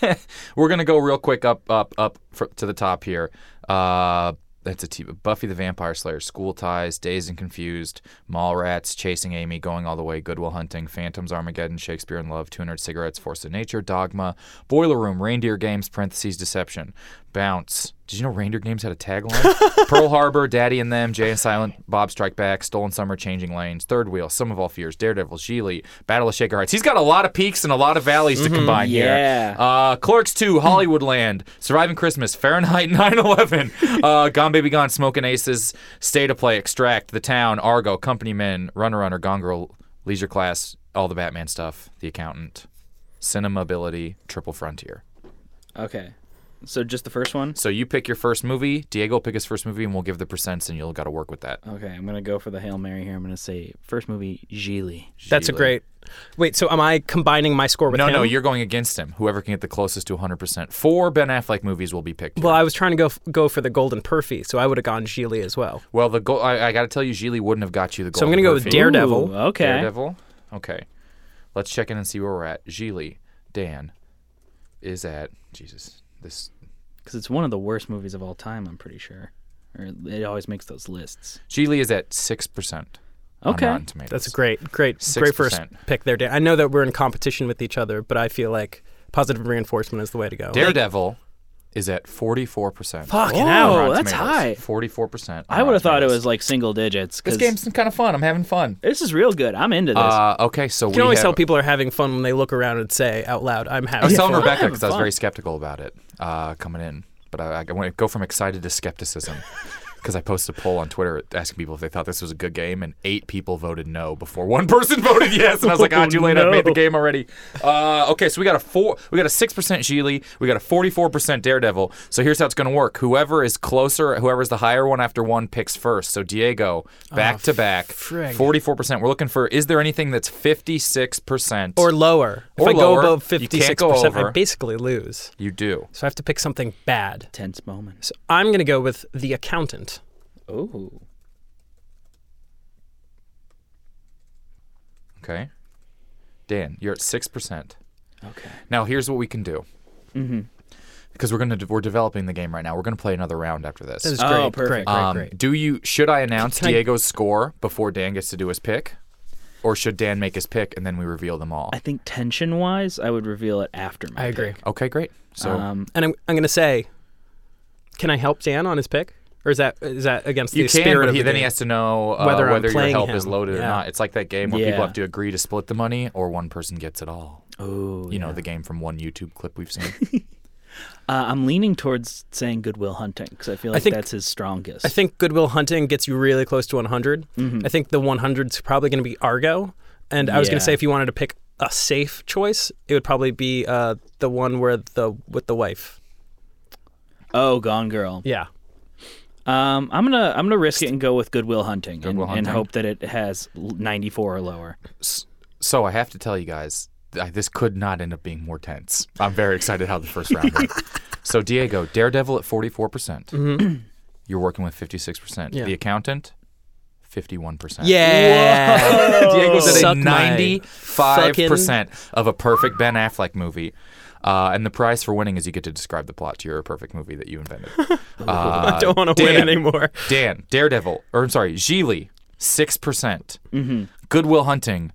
we're gonna go real quick up up up fr- to the top here. Uh, that's a T. Buffy the Vampire Slayer, School Ties, Dazed and Confused, Mallrats, Chasing Amy, Going All the Way, Goodwill Hunting, Phantoms, Armageddon, Shakespeare in Love, 200 Cigarettes, Force of Nature, Dogma, Boiler Room, Reindeer Games, parentheses Deception, Bounce. Did you know Reindeer Games had a tagline? Pearl Harbor, Daddy and Them, Jay and Silent Bob Strike Back, Stolen Summer, Changing Lanes, Third Wheel, Some of All Fears, Daredevil, Geely, Battle of Shaker Heights. He's got a lot of peaks and a lot of valleys to combine yeah. here. Uh, Clerks 2, Hollywoodland, Surviving Christmas, Fahrenheit 9/11, uh, Gone Baby Gone, Smoking Aces, Stay to Play, Extract, The Town, Argo, Company Men, Runner Runner, Gone Girl, Leisure Class, all the Batman stuff, The Accountant, Cinema Ability, Triple Frontier. Okay. So just the first one. So you pick your first movie, Diego will pick his first movie, and we'll give the percents, and you'll got to work with that. Okay. I'm gonna go for the hail mary here. I'm gonna say first movie Gigli. That's a Sheila. great. Wait, so am I combining my score with No, him? no, you're going against him. Whoever can get the closest to 100%. Four Ben Affleck movies will be picked. here. Well, I was trying to go f- go for the golden perfy, so I would have gone Gigli as well. Well, the goal. I, I got to tell you, Gigli wouldn't have got you the goal. So I'm gonna go with Daredevil. Ooh, okay. Daredevil. Okay. Let's check in and see where we're at. Gigli, Dan, is at Jesus. This Because it's one of the worst movies of all time. I'm pretty sure. Or it always makes those lists. Gigli is at six percent. Okay. On Rotten Tomatoes. That's a great, great, great first 6%. pick there, Dan. I know that we're in competition with each other, but I feel like positive reinforcement is the way to go. Daredevil is at forty-four percent. Fucking hell, that's high. Forty-four percent. I would have thought it was like single digits. This 'cause game's kind of fun. I'm having fun. This is real good. I'm into this. Uh, okay, so You can we always have, Oh, tell people are having fun when they look around and say out loud, "I'm I was having telling fun." Rebecca because I was very skeptical about it uh, coming in, but I, I went go from excited to skepticism because I posted a poll on Twitter asking people if they thought this was a good game, and eight people voted no before one person voted yes, and I was Oh, like, ah, too late, I made the game already. Uh, okay, so we got a four, we got a six percent Geely, we got a forty-four percent Daredevil. So here's how it's going to work: whoever is closer, whoever's the higher one after one picks first. So Diego, Ah, back to back, forty-four percent. We're looking for is there anything that's fifty-six percent or lower. If Or I go lower. above You can't fifty-six go percent, I over. basically lose. you do. So I have to pick something bad. Tense moment. So I'm going to go with the accountant. Oh. Okay. Dan, you're at six percent. Okay. Now here's what we can do. Mm-hmm. Because we're gonna de- we're developing the game right now. We're gonna play another round after this. That is Oh, great, perfect. great, great, Um, great. Do you should I announce Can I- Diego's score before Dan gets to do his pick, or should Dan make his pick and then we reveal them all? I think tension wise, I would reveal it after my I agree. okay, great. So Um, And I'm, I'm going to say, can I help Dan on his pick, or is that is that against you the can, spirit but of he, the then he game? has to know uh, Whether whether, I'm your playing help is him. loaded or Yeah. not. It's like that game where people Yeah. have to agree to split the money or one person gets it all. oh, You know the game from one YouTube clip we've seen. Uh, I'm leaning towards saying Goodwill Hunting because I feel like think- that's his strongest. I think Goodwill Hunting gets you really close to 100. Mm-hmm. I think the 100's probably going to be Argo. And I was going Yeah. to say, if you wanted to pick a safe choice, it would probably be uh, the one where the with the wife. oh, Gone Girl. Yeah. Um, I'm gonna I'm gonna risk it and go with Goodwill Hunting, and- Goodwill and, Hunting. hope that it has l- 94 or lower. So I have to tell you guys, th- I, this could not end up being more tense. I'm very excited how the first round went. So Diego, Daredevil at 44%. percent You're working with 56%. Mm-hmm. Yeah. The Accountant, 51%. Yeah. Diego's at Suck a my 95% of a perfect Ben Affleck movie. Uh, and the prize for winning is you get to describe the plot to your perfect movie that you invented. Uh, I don't want to win Dan. anymore. Dan, Mm-hmm. Daredevil, or I'm sorry, Gigli, 6%. percent Goodwill Hunting,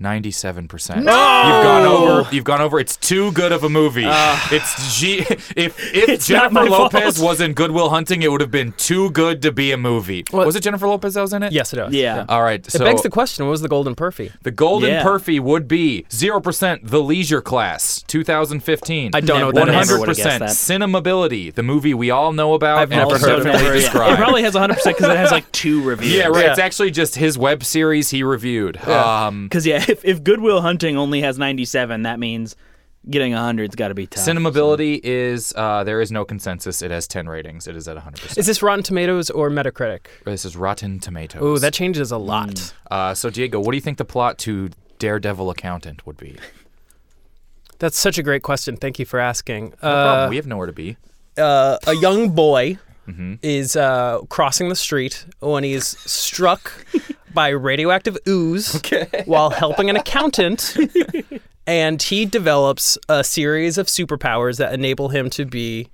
Ninety-seven percent. No! You've gone over. You've gone over. It's too good of a movie. it's G. If if It's not Jennifer my fault. Lopez was in Goodwill Hunting, it would have been too good to be a movie. Was it Jennifer Lopez that was in it? Yes, it does. Yeah. All right. So it begs the question: What was the Golden Perfy? the Golden Yeah. Perfy would be zero percent. The Leisure Class, 2015. I don't know what that Never- One is. hundred never would've guessed percent. that. Cinemability, the movie we all know about I've and never have heard of definitely it. described. It probably has 100% because it has like two reviews. yeah, right. Yeah. It's actually just his web series he reviewed. Um, Because yeah, if, if Goodwill Hunting only has 97, that means getting 100's got to be tough. Cinemability is uh, there is no consensus. It has ten ratings. It is at 100. Is percent this Rotten Tomatoes or Metacritic? Mm. This is Rotten Tomatoes. Ooh, that changes a lot. Uh, so Diego, what do you think the plot to Daredevil Accountant would be? That's such a great question. Thank you for asking. Problem, Uh, we have nowhere to be. uh, a young boy is uh, crossing the street when he's struck by radioactive ooze while helping an accountant. and he develops a series of superpowers that enable him to be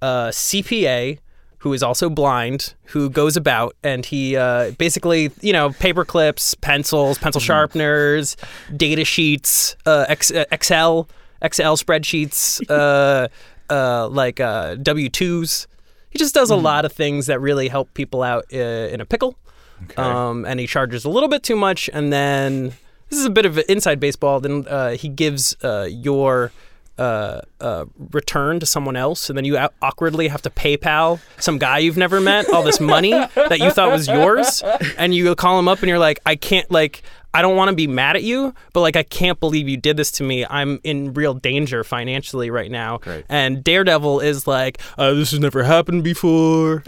a CPA who is also blind, who goes about and he uh, basically, you know, paper clips, pencils, pencil sharpeners, data sheets, uh, ex- uh, Excel, Excel spreadsheets, uh, uh, like uh, W 2s. He just does a lot of things that really help people out uh, in a pickle. Um, and he charges a little bit too much. And then this is a bit of inside baseball. Then uh, he gives uh, your uh, uh, return to someone else, and then you au- awkwardly have to PayPal some guy you've never met all this money that you thought was yours, and you call him up and you're like, I can't like. I don't want to be mad at you, but like I can't believe you did this to me. I'm in real danger financially right now. Great. And Daredevil is like, uh, this has never happened before.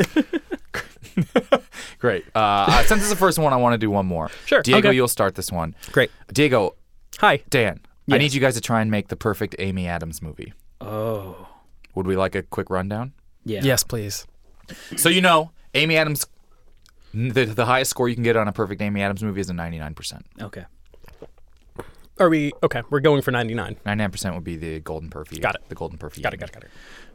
Great. Uh, uh, since this is the first one, I want to do one more. Sure, Diego, okay. you'll start this one. Great. Diego, Hi. Dan, I need you guys to try and make the perfect Amy Adams movie. Oh. Would we like a quick rundown? Yeah. Yes, please. So you know, Amy Adams. The, the highest score you can get on a perfect Amy Adams movie is a 99%. Okay. Are we okay? We're going for 99. 99% would be the Golden Perfy. Got it. The Golden Perfy. Got it, got it, got it.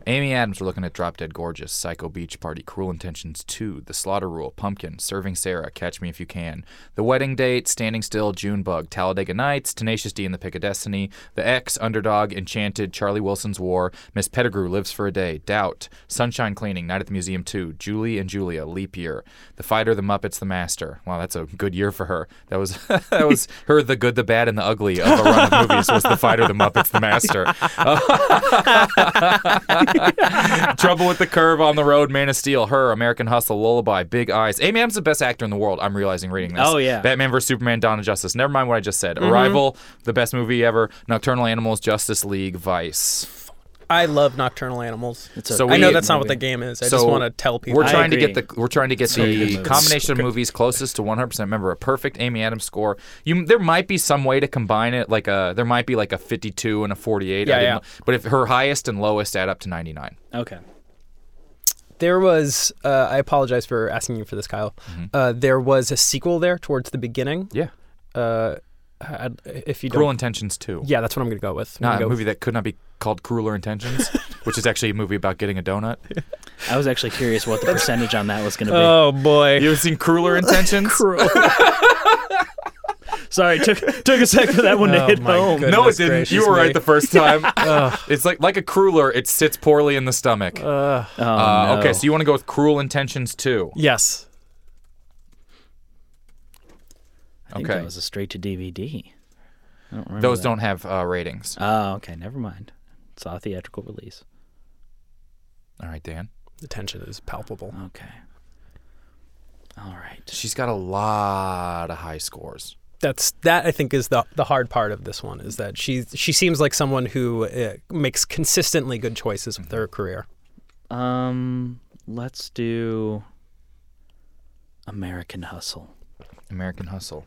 Amy Adams, we're looking at Drop Dead Gorgeous, Psycho Beach Party, Cruel Intentions 2, The Slaughter Rule, Pumpkin, Serving Sarah, Catch Me If You Can, The Wedding Date, Standing Still, June Bug, Talladega Nights, Tenacious D and the Pick of Destiny, The X, Underdog, Enchanted, Charlie Wilson's War, Miss Pettigrew Lives for a Day, Doubt, Sunshine Cleaning, Night at the Museum 2, Julie and Julia, Leap Year, The Fighter, The Muppets, The Master. Wow, that's a good year for her. That was that was her The Good, The Bad, and the Ugly of a run of movies was The Fighter, The Muppets, The Master. Trouble with the Curve on the Road, Man of Steel, Her, American Hustle, Lullaby, Big Eyes. Amy Adams is the best actor in the world. I'm realizing reading this. Oh, yeah. Batman vs Superman, Dawn of Justice. Never mind what I just said. Mm-hmm. Arrival, the best movie ever. Nocturnal Animals, Justice League, Vice. I love nocturnal animals. a So I know we- that's not what the game is. I just want to tell people. We're trying to agree. get the we're trying to get the combination of movies closest to 100. percent Remember, a perfect Amy Adams score. You there might be some way to combine it. Like a there might be like a 52 and a 48. I Yeah, didn't- yeah. But if her highest and lowest add up to 99. Okay. there was. Uh, I apologize for asking you for this, Kyle. Mm-hmm. Uh, there was a sequel there towards the beginning. Yeah. Uh, I- if you Cruel don't, Intentions too. yeah, that's what I'm going to go with. I'm Not a gonna go movie that could not be called Crueler Intentions, which is actually a movie about getting a donut. I was actually curious what the percentage on that was going to be. Uh, Oh boy. You ever seen Crueler Intentions? Sorry, took took a sec for that one oh to hit home. no, it Oh, Goodness didn't. You gracious were me. right the first time. it's like like a crueler. It sits poorly in the stomach. Oh, Uh, no. Okay, so you want to go with Cruel Intentions too? Yes. I think okay. that was a straight to DVD. I don't remember. Those that. don't have uh, ratings. Oh, okay. Never mind. Saw a theatrical release. All right, Dan. The tension is palpable. Okay. All right. She's got a lot of high scores. That's that. I think is the the hard part of this one is that she she seems like someone who uh, makes consistently good choices Mm-hmm. with her career. Um, let's do American Hustle. American Hustle.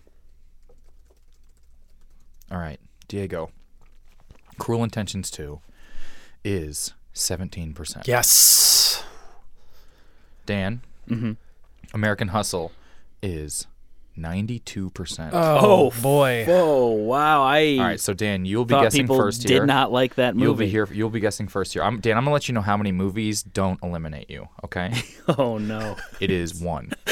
All right, Diego. Cruel Intentions two is seventeen percent. Yes. Mm-hmm. Dan, American Hustle is Ninety-two percent. Oh, boy. Whoa! Wow! I All right, so Dan, you'll be thought guessing people first did here. not like that movie. You'll be here. You'll be guessing first here. I'm, Dan, I'm gonna let you know how many movies don't eliminate you. Okay, Oh no! it is one.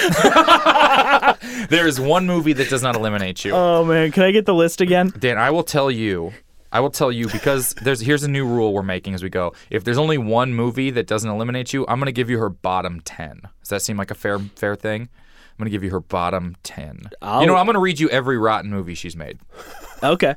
there is one movie that does not eliminate you. Oh man! Can I get the list again? Dan, I will tell you. I will tell you because there's here's a new rule we're making as we go. If there's only one movie that doesn't eliminate you, I'm gonna give you her bottom ten. Does that seem like a fair fair thing? I'm gonna give you her bottom 10 You know, I'll- what? I'm gonna read you every rotten movie she's made. Okay.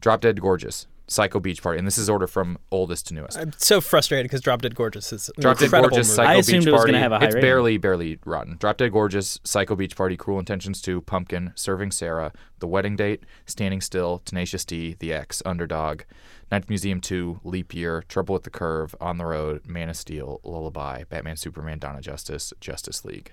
Drop Dead Gorgeous, Psycho Beach Party, and this is order from oldest to newest. I'm so frustrated because Drop Dead Gorgeous is an Drop Dead incredible Gorgeous, movie. Psycho I assumed Beach it was Party. gonna have a high it's rating. barely, barely rotten. Drop Dead Gorgeous, Psycho Beach Party, Cruel Intentions 2, Pumpkin, Serving Sarah, The Wedding Date, Standing Still, Tenacious D, The X, Underdog, Ninth Museum 2, Leap Year, Trouble with the Curve, On the Road, Man of Steel, Lullaby, Batman, Superman, Donna Justice, Justice League.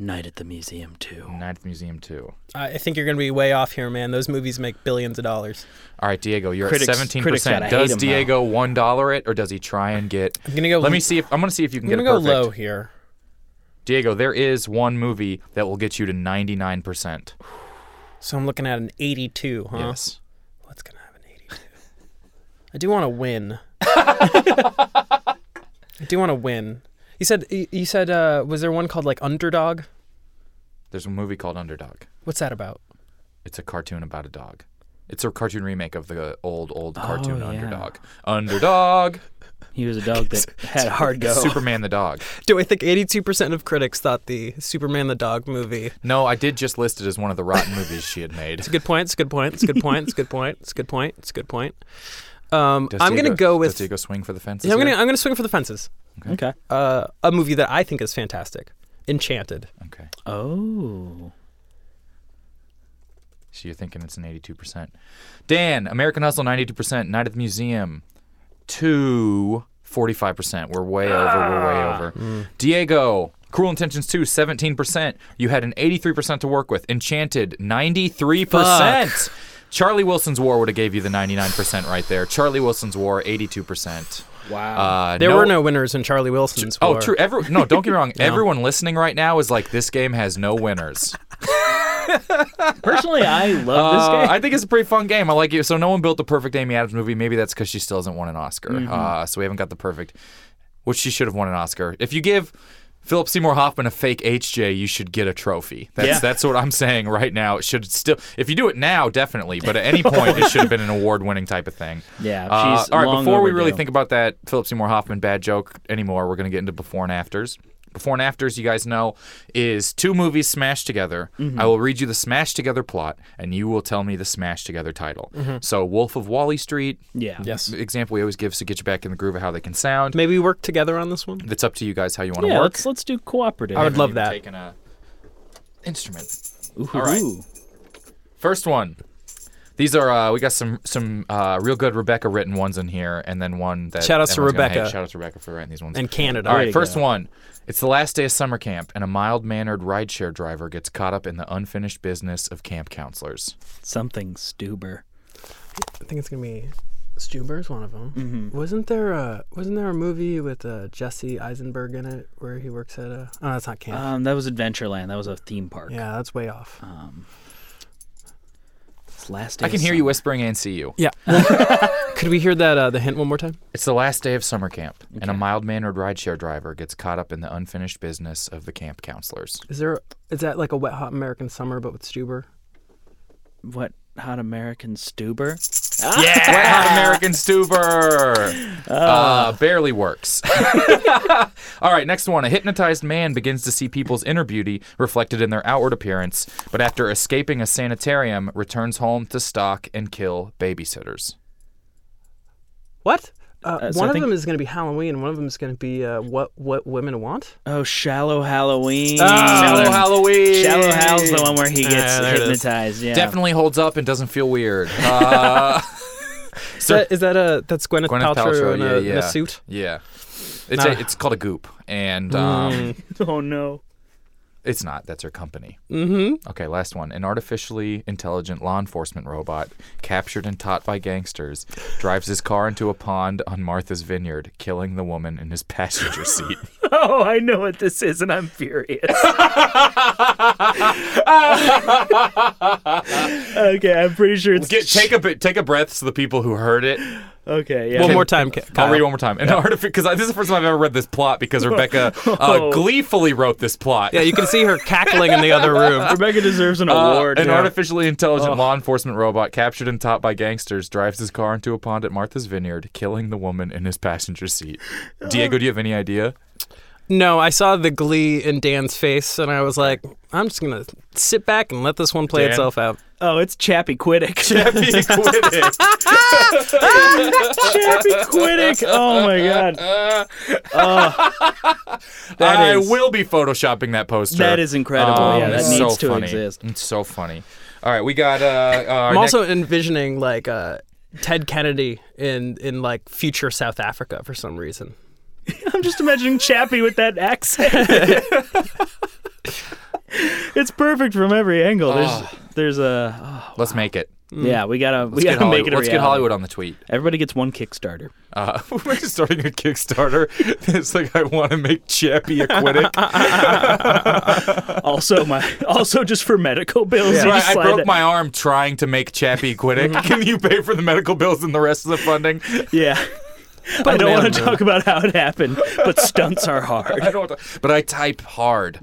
Night at the Museum too. Ninth Museum 2. I I think you're going to be way off here, man. Those movies make billions of dollars. All right, Diego, you're Critics- at 17%. critics gotta hate does him, though. Diego one dollar it or does he try and get I'm gonna go- Let me see if I'm going to see if you can I'm get going it to go perfect. low here. Diego, there is one movie that will get you to 99%. So I'm looking at an 82, huh? Yes. What's going to have an 82? I do want to win. I do want to win. You said, you you said, uh, was there one called like Underdog? There's a movie called Underdog. What's that about? It's a cartoon about a dog. It's a cartoon remake of the old, old Oh, cartoon yeah. Underdog. Underdog. He was a dog that had a hard Oh. go. Superman the dog. Do I think 82% of critics thought the Superman the Dog movie? No, I did just list it as one of the rotten movies she had made. It's a good point. It's a good point. It's a good point. It's a good point. It's a good point. It's a good point. Um, Does I'm going to Diego- go with. Does Diego swing for the fences? Yeah, I'm here? gonna I'm gonna swing for the fences. okay. Uh, a movie that I think is fantastic, Enchanted. Okay. Oh. So you're thinking it's an 82%. Dan, American Hustle 92%, Night at the Museum 2 45%. We're way over, we're way over. Diego, Cruel Intentions 2 17%. You had an 83% to work with. Enchanted 93%. Charlie Wilson's War would have gave you the 99% right there. Charlie Wilson's War 82%. Wow. Uh, There no- were no winners in Charlie Wilson's. Oh, war. true. Every, no, don't get me wrong. Everyone listening right now is like, this game has no winners. Personally, I love this Uh, game. I think it's a pretty fun game. I like it. So no one built the perfect Amy Adams movie. Maybe that's because she still hasn't won an Oscar. Mm-hmm. Uh, so we haven't got the perfect, which she should have won an Oscar. If you give Philip Seymour Hoffman a fake HJ, you should get a trophy. That's Yeah. that's what I'm saying right now. It should still, if you do it now, definitely. But at any point, it should have been an award-winning type of thing. Yeah, Uh, she's all right. long Before we really overdue. think about that Philip Seymour Hoffman bad joke anymore, we're gonna get into before and afters. Before and afters, you guys know, is two movies smashed together. Mm-hmm. I will read you the smashed together plot, and you will tell me the smashed together title. Mm-hmm. So, Wolf of Wally Street, yeah. Yes. example we always give to get you back in the groove of how they can sound. Maybe we work together on this one. It's up to you guys how you want to Yeah. work. Let's let's do cooperative. I would love Even that. Taking a instrument. Ooh, all right. ooh. First one. These are uh, we got some some uh, real good Rebecca written ones in here, and then one that Shout outs to everyone's gonna hate. Rebecca. Shout out to Rebecca for writing these ones. And Canada. All you right, first go. one. It's the last day of summer camp, and a mild mannered rideshare driver gets caught up in the unfinished business of camp counselors. Something Stuber. I think it's gonna be. Stuber's one of them. Mm-hmm. Wasn't there a wasn't there a movie with uh, Jesse Eisenberg in it where he works at a? Oh, that's not Uh, Canada. Um, that was Adventureland. That was a theme park. Um, yeah, that's way off. It's last. Day I can of hear you summer. whispering and see you. yeah. Could we hear that uh, the hint one more time? It's the last day of summer camp, and a mild mannered rideshare driver gets caught up in the unfinished business of the camp counselors. Is there is that like a wet hot American summer but with Stuber? what hot American Stuber? Yeah! Wet Hot American Stuber! Uh, barely works. All right, next one. A hypnotized man begins to see people's inner beauty reflected in their outward appearance, but after escaping a sanitarium, returns home to stalk and kill babysitters. What? Uh, so one I of think- them is going to be Halloween. One of them is going to be uh, what what women want. Oh, Shallow Halloween. Shallow Halloween! Ah. Shallow Hal's the one where he gets Ah, there it is. hypnotized. Yeah. Definitely holds up and doesn't feel weird. Uh, Is that, is that a that's Gwyneth, Gwyneth Paltrow, Paltrow, in, yeah, a, in yeah. a suit? yeah. It's, a, Nah. Hmm. it's called a goop, and um, Oh no. It's not. That's her company. Mm-hmm. Okay, last one. An artificially intelligent law enforcement robot, captured and taught by gangsters, drives his car into a pond on Martha's Vineyard, killing the woman in his passenger seat. Oh, I know what this is, and I'm furious. okay, I'm pretty sure it's. Get, take a bit. Take a breath, so the people who heard it. okay, yeah. One more time, Ki- Kyle. I'll read it one more time. An artific because this is the first time I've ever read this plot because Rebecca uh, gleefully wrote this plot. Yeah, you can see her cackling in the other room. Rebecca deserves an Uh, award. an yeah. artificially intelligent law enforcement robot captured and taught by gangsters drives his car into a pond at Martha's Vineyard, killing the woman in his passenger seat. Uh, Diego, do you have any idea? No, I saw the glee in Dan's face, and I was like, I'm just gonna sit back and let this one play Dan? itself out. oh, it's Chappie Quiddick. Chappie He quit it. Quiddick. Oh my god, I is- will be photoshopping that poster. that is incredible. Um, yeah, that it's needs so to funny. exist. It's so funny. All right, we got. Uh, uh, our I'm next- also envisioning like uh, Ted Kennedy in in like future South Africa for some reason. I'm just imagining Chappie with that accent. it's perfect from every angle. There's, there's a. oh, let's make it. yeah, we gotta, we Ah. Let's, get gotta Hollywood. make it. A let's get reality. Hollywood on the tweet. Everybody gets one Kickstarter. Uh, we're starting a Kickstarter. it's like I want to make Chappie acquitted. Also, my also just for medical bills. you Right, just I slide Mm-hmm. broke that- my arm trying to make Chappie quit. Can you pay for the medical bills and the rest of the funding? Yeah. I don't man want to move. talk about how it happened, but stunts are hard. I don't. But I type hard.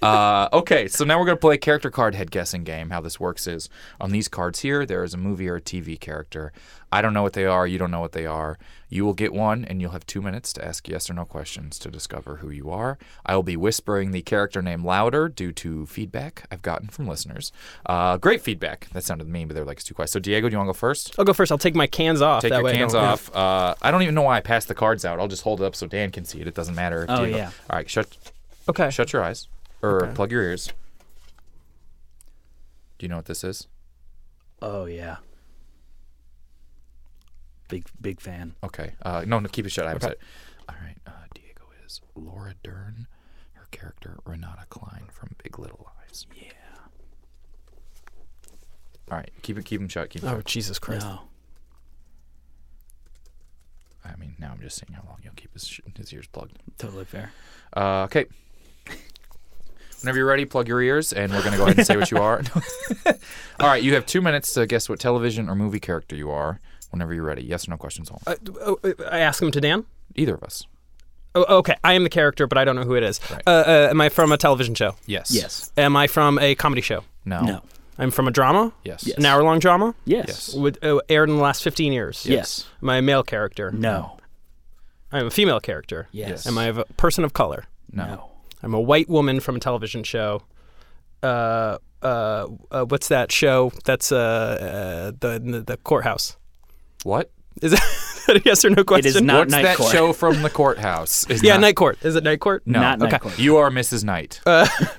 Uh, okay, so now we're gonna play a character card head guessing game. How this works is on these cards here, there is a movie or a TV character. I don't know what they are. You don't know what they are. You will get one, and you'll have two minutes to ask yes or no questions to discover who you are. I will be whispering the character name louder due to feedback I've gotten from listeners. Uh, great feedback. That sounded mean, but they're like it's too quiet. So Diego, do you want to go first? I'll go first. I'll take my cans off. Take that your way I cans don't- off. Uh, I don't even know why I passed the cards out. I'll just hold it up so Dan can see it. It doesn't matter. Oh, Diego- yeah. All right, shut Okay. shut your eyes or plug your ears. Do you know what this is? Oh yeah. Big big fan. Okay. Uh, no, no, keep it shut. I haven't said it. All right. Uh, Diego is Laura Dern. Her character Renata Klein from Big Little Lies. Yeah. All right. Keep it. Keep them shut. Keep 'em Oh Jesus Christ! No. shut. I mean, now I'm just seeing how long you'll keep his sh- his ears plugged. Totally fair. Uh, okay. Whenever you're ready, plug your ears, and we're gonna go ahead and say what you are. All right, you have two minutes to guess what television or movie character you are. Whenever you're ready, yes or no questions. All Uh, oh, uh, I ask him to Dan. either of us. Oh, okay. I am the character, but I don't know who it is. Uh, uh, am I from a television show? Yes. Yes. Am I from a comedy show? No. No. I'm from a drama. Yes. An hour-long drama. Yes. Yes. Would uh, aired in the last 15 years. Yes. Am I a male character? No. I'm a female character. Yes. Am I a person of color? No. I'm a white woman from a television show. Uh, uh, uh what's that show? That's uh, uh the the courthouse. What? Is that a yes or no question? is not- What's Night that Court. show from the courthouse? It's Yeah, not- night court. Is it night court? No. Not okay. Night Court. You are Mrs. Knight. Mm.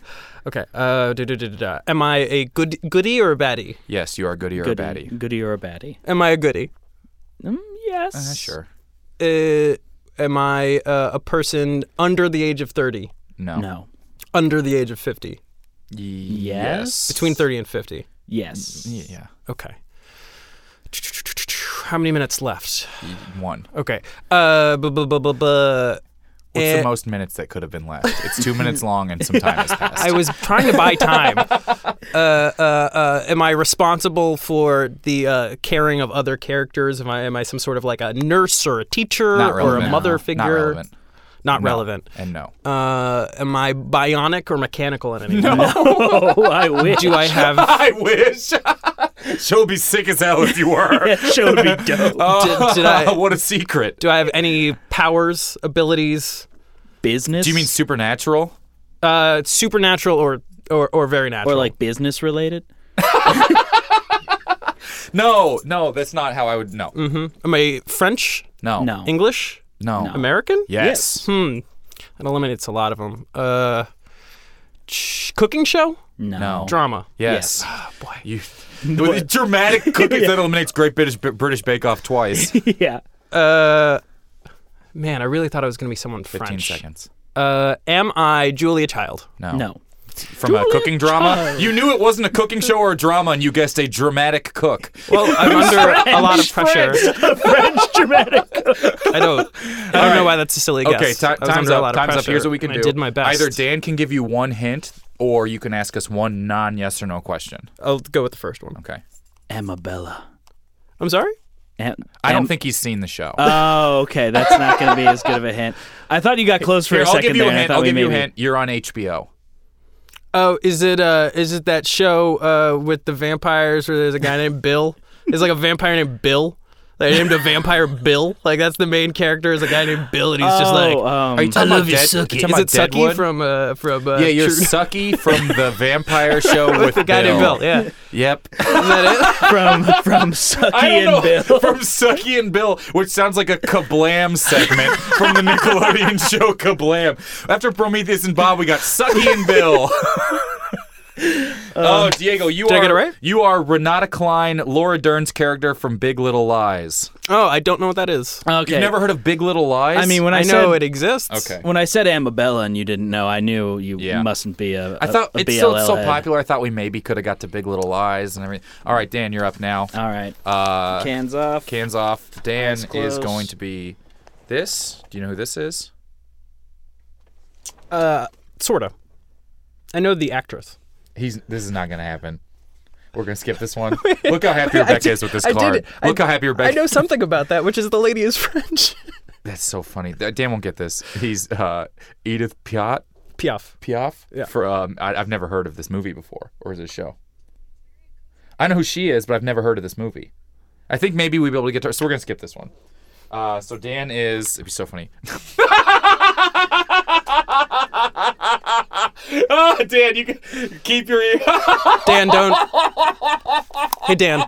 Okay. Uh, da, da, da, da, da. Am I a good goody or a baddie? yes, you are Goody or a Goody, Baddie. goody or a baddie? Am I a goody? Mm, yes. Uh, sure. Uh, am I uh, a person under the age of thirty? No. No. Under the age of fifty? Y- Yes. Between thirty and fifty. Yes. Y- Mm, Yeah. Okay. How many minutes left? One. Okay. Uh, bu- bu- bu- bu- bu- What's Eh. the most minutes that could have been left? It's two minutes long, and some time has passed. I was trying to buy time. uh, uh, uh, am I responsible for the uh, caring of other characters? Am I am I some sort of like a nurse or a teacher Not or relevant. a mother Not figure? relevant. Not No. relevant. And no. Uh, am I bionic or mechanical in any way? Oh, I wish. Do I have? I wish. She'll be sick as hell if you were. Oh, that show would be Uh, did, dope. did I? what a secret. Do, Do I have any powers, abilities, business? you mean supernatural? uh, supernatural or or, or very natural? or like business related? No, no, that's not how I would. No, am I French, no, No. English, no. American? Yes. Hmm. That eliminates a lot of them. Uh, ch- cooking show, No. No. drama. Yes. Ah, boy, you. With the dramatic cooking that eliminates Great British British Bake Off twice. yeah. Uh, man, I really thought I was gonna be someone Fifteen French. seconds. Uh, am I Julia Child? No. No. from a cooking drama. You knew it wasn't a cooking show or a drama, and you guessed a dramatic cook. Oh, Well, I'm under a lot of pressure. Oh. French dramatic. I don't. I don't know why that's a silly guess. Okay, ti- I was time's under a up. lot of Time's up. pressure, Here's what we can and do. I did my best. Either Dan can give you one hint, or you can ask us one non-yes or no question. I'll go with the first one. Okay. Amabella. I'm sorry. Am- I don't am- think he's seen the show. Uh, Oh, okay. That's not going to be as good of a hint. I thought you got close for Here, a I'll second give you there. a and I hint. thought I'll we give you a maybe- hint. You're on HBO. Oh, is it uh is it that show uh with the vampires where there's a guy named Bill? There's like a vampire named Bill. They named a vampire Bill. Like that's the main character is a guy named Bill and he's just like Oh, um, Are you talking I about love your Dead- Suki. you talking Is about it Sucky Deadwood? from uh from uh Yeah, you're True- Sucky from the Vampire Show with, the guy named Bill, yeah. Yep. Isn't that it? from from Sucky and Bill. from Sucky and Bill, which sounds like a Kablam segment from the Nickelodeon show Kablam. After Prometheus and Bob, we got Sucky and Bill. Um, oh, Diego, you did I are get it right? you are Renata Klein, Laura Dern's character from Big Little Lies. Oh, I don't know what that is. Okay. You've never heard of Big Little Lies? I mean, when I, I, know said, it exists. Okay. When I said Amabella and you didn't know, I knew you Yeah. mustn't be a. I thought a, a it's still it's so BLLA. popular. I thought we maybe could have got to Big Little Lies and everything. All right, Dan, you're up now. All right. Uh, Cans off. Cans off. Dan Eyes is closed. going to be this. Do you know who this is? Uh, sorta. I know the actress. He's. This is not going to happen. We're going to skip this one. Look how happy Rebecca is with this card. Look how happy Rebecca. I know something about that, which is the lady is French. That's so funny. Th- Dan won't get this. He's uh, Edith Piaf. Piaf. Piaf. Yeah. For um, I, I've never heard of this movie before, or is it a show? I know who she is, but I've never heard of this movie. I think maybe we'll be able to get to her. So we're going to skip this one. Uh, so Dan is. It'd be so funny. oh, Dan, you can- keep your ear. Dan, don't. Hey, Dan,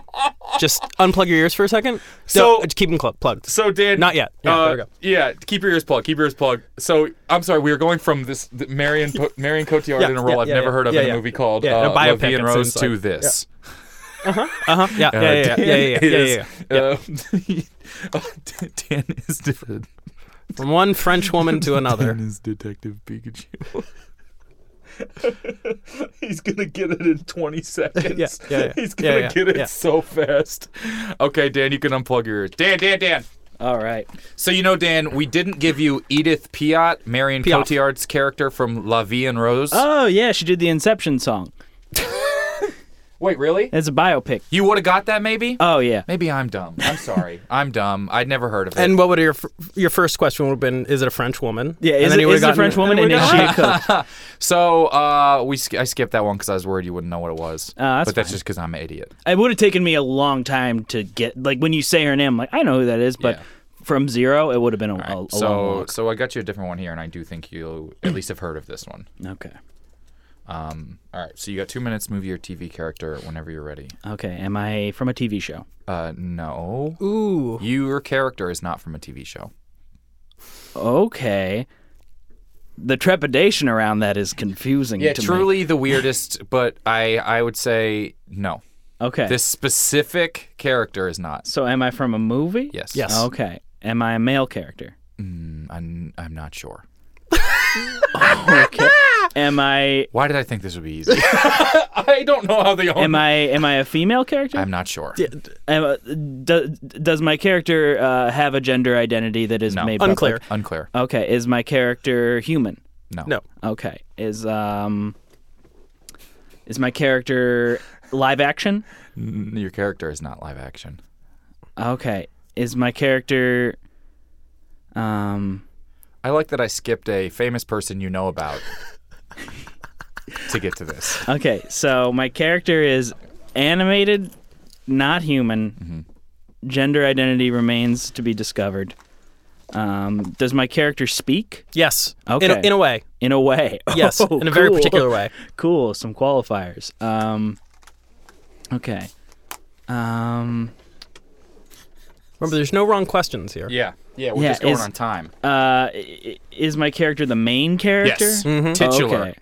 just unplug your ears for a second. So- So just keep them cl- plugged. So Dan, Not yet. Yeah, uh, there we go. yeah, keep your ears plugged. Keep your ears plugged. So I'm sorry, we were going from this th- Marion po- Marion Cotillard Yeah, in a role yeah, I've yeah, never yeah. heard of Yeah, in a yeah. movie called Yeah, uh, a biopic Levi and it's Rose inside. to this. Uh-huh. Uh huh. Yeah, yeah, yeah, yeah, yeah, yeah, yeah, yeah, yeah, Um, oh, Dan is different. yeah. From one French woman to another. is Detective Pikachu. He's gonna get it in 20 seconds. Yeah, yeah, yeah. He's Yeah, gonna yeah, get it yeah. so fast. Okay, Dan, you can unplug your ears. Dan, Dan, Dan. All right. So you know, Dan, we didn't give you Edith Piaf, Marion Piaf. Cotillard's character from La Vie en Rose. Oh yeah, she did the Inception song. Wait, really? It's a biopic. You would have got that, maybe? Oh yeah. maybe I'm dumb. I'm sorry. I'm dumb. I'd never heard of it. And what would your f- your first question would have been? Is it a French woman? Yeah, And is, then it, you would is have it a French gotten- woman and is she a cook? so uh, we sk- I skipped that one because I was worried you wouldn't know what it was. Uh, that's but that's just because I'm an idiot. It would have taken me a long time to get like when you say her name, I'm like I know who that is, but Yeah. from zero, it would have been a, a- a long so walk. so I got you a different one here, and I do think you at least have heard of this one. Okay, Mm. Um, all right. So you got two minutes. Movie or TV character whenever you're ready. okay. Am I from a TV show? Uh, no. Ooh. Your character is not from a TV show. Okay. The trepidation around that is confusing. Yeah, to truly the weirdest, but I I would say no. Me. Okay. This specific character is not. So am I from a movie? Yes. Mm, Yes. Okay. Am I a male character? I'm, I'm not sure. Am I Why did I think this would be easy? I don't know how they all. am I am I a female character? I'm not sure. Am I- uh, do- does my character uh, have a gender identity that is No. made Unclear. public? Unclear. Okay. Is my character human? No. No. Okay. Is um is my character live action? Um, N- Your character is not live action. Okay. Is my character um I like that I skipped a famous person you know about to get to this. okay, so my character is animated, not human. Gender identity remains to be discovered. Um, does my character speak Yes. In a, Okay. in a way. in a way? Yes. Oh, in a very cool. particular way. Cool, some qualifiers. Um Okay. Um Remember, there's no wrong questions here. Yeah. Yeah, we're Yeah, just going is- on time. uh, i- is my character the main character? Yes. Mm, Mm-hmm. Titular. Okay.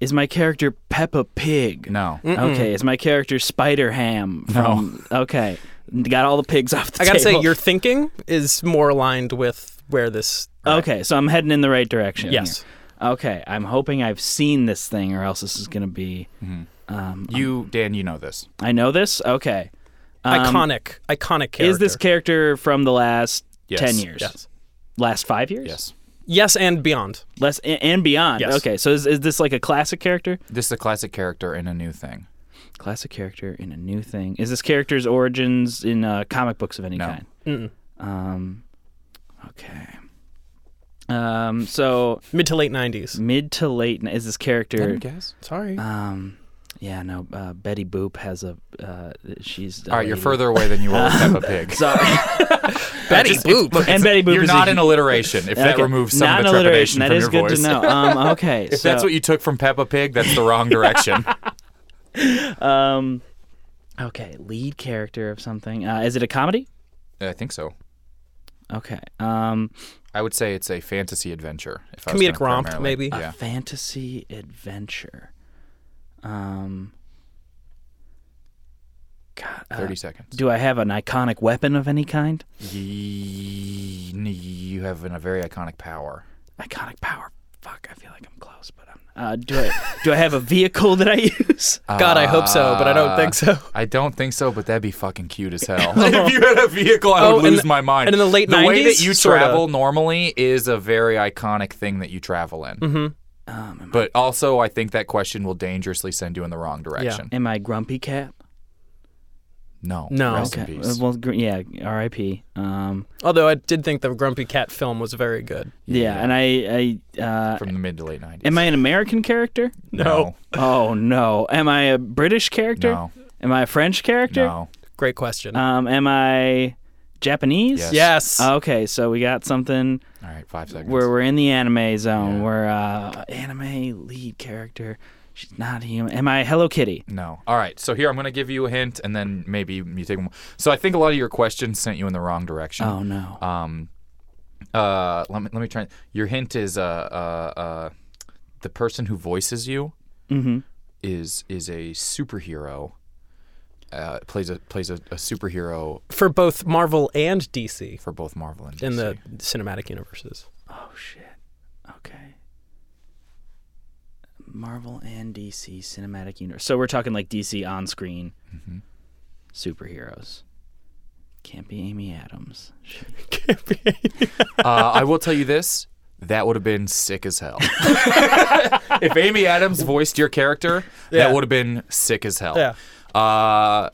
Is my character Peppa Pig? No. Okay. Is my character Spider Ham? From... No. Okay. Got all the pigs off the I gotta say, table. your thinking is more aligned with where this. Okay, so I'm heading in the right direction. Yes. here. okay, I'm hoping I've seen this thing, or else this is gonna be. You, Dan, you know this. I know this. Okay, iconic, iconic character. Um, is this character from the last Yes. ten years? Yes. Last five years? Yes. yes and beyond? Less and, and beyond. Yes. Okay, so is, is this like a classic character? This is a classic character in a new thing. Classic character in a new thing. Is this character's origins in uh, comic books of any No. kind? Um. Okay. Um. So Mid to late nineties. mid to late is this character? guess. Sorry. Um. Yeah. No. Uh, Betty Boop has a. Uh, she's. All right, you're further away than you were with Peppa Pig. Sorry. Betty Boop. and Betty Boop You're is a not hu- in alliteration. If that Okay. removes some Not of the an trepidation alliteration. from That is your good voice. to know. Um, okay, If that's what you took from Peppa Pig, that's the wrong direction. um, okay, lead character of something. Uh, is it a comedy? I think so. Okay. Um, I would say it's a fantasy adventure. If I was Comedic gonna romp, primarily- maybe. a Yeah. fantasy adventure. Um, God, uh, 30 seconds. do I have an iconic weapon of any kind? Ye- You have an- a very iconic power. Iconic power. Fuck, I feel like I'm close, but I'm. Uh, do I do I have a vehicle that I use? God, I hope so, but I don't think so. I don't think so, but that'd be fucking cute as hell. if you had a vehicle, I Oh, would in lose the- my mind. and in the late the way that 90s, you sorta. travel normally is a very iconic thing that you travel in. Mm-hmm. Um, But also, I think that question will dangerously send you in the wrong direction. am I Grumpy Cat? No. No. Rest Okay, in uh, peace. Well, gr- yeah, R.I.P. Um, Although I did think the Grumpy Cat film was very good. yeah, and I, I, uh, From the mid to late 90s. am I an American character? No. Oh no, am I a British character? No. Am I a French character? No. Great question. Um, am I Japanese? Oh, Yes. yes. Okay, so we got something All right, five seconds. where we're in the anime zone. We're uh, anime lead character. She's not human. Am I Hello Kitty? No. All right. So here I'm going to give you a hint, and then maybe you take one. So I think a lot of your questions sent you in the wrong direction. Oh no. Um. Uh. Let me let me try. Your hint is uh uh uh, the person who voices you mm-hmm. is is a superhero. Uh, plays a plays a, a superhero For both Marvel and DC for both Marvel and DC. in the cinematic universes. Oh shit. Okay. Marvel and DC cinematic universe. So we're talking like DC on screen Mm-hmm. superheroes. Can't be Amy Adams. She- uh, I will tell you this. That would have been sick as hell. if Amy Adams voiced your character, that would have been sick as hell. Yeah. Uh,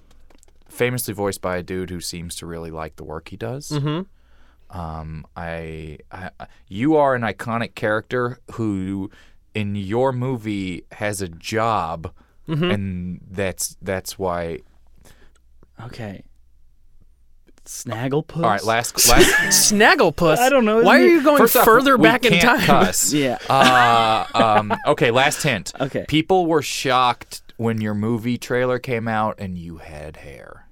famously voiced by a dude who seems to really like the work he does. Mm-hmm. Um, I, I, you are an iconic character who, in your movie, has a job, and that's that's why. Okay. Snagglepuss. All right, last last. Snagglepuss. I don't know, Why isn't are it- you going first off, further we back in can't time? cuss. Yeah. Uh, um, okay, last hint. Okay. People were shocked when your movie trailer came out and you had hair.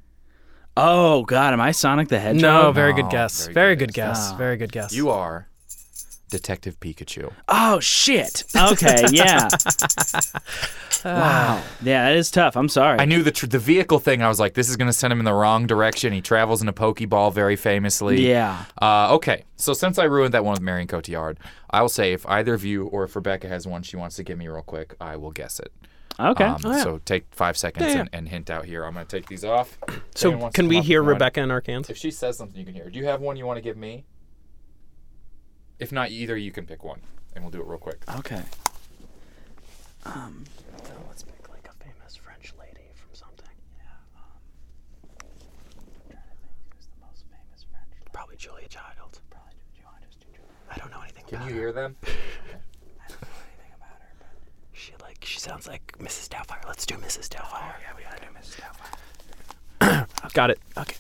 Oh god, am I Sonic the Hedgehog? No, very No, good guess. very Very, good good, guess. Very good guess. You are Detective Pikachu. Oh shit. Okay, yeah. wow. Yeah, that is tough. I'm sorry. I knew the tr- the vehicle thing. I was like, this is going to send him in the wrong direction. He travels in a Pokeball very famously. Yeah. Uh, okay, so since I ruined that one with Marion Cotillard, I will say if either of you or if Rebecca has one she wants to give me real quick, I will guess it. Okay. Oh, Oh, Um, So take five seconds and, and hint out here. I'm going to take these off. Dan so wants to can come we up hear with one. Rebecca in our cans? If she says something, you can hear. Do you have one you want to give me? If not, either you can pick one, and we'll do it real quick. Ah. okay. Let's pick like a famous French lady from something. Probably Julia Child. I don't know anything Can you hear them? She like she sounds like Mrs. Doubtfire. Let's do Mrs. Doubtfire. Oh, yeah, we gotta do Mrs. Doubtfire. got it. Okay,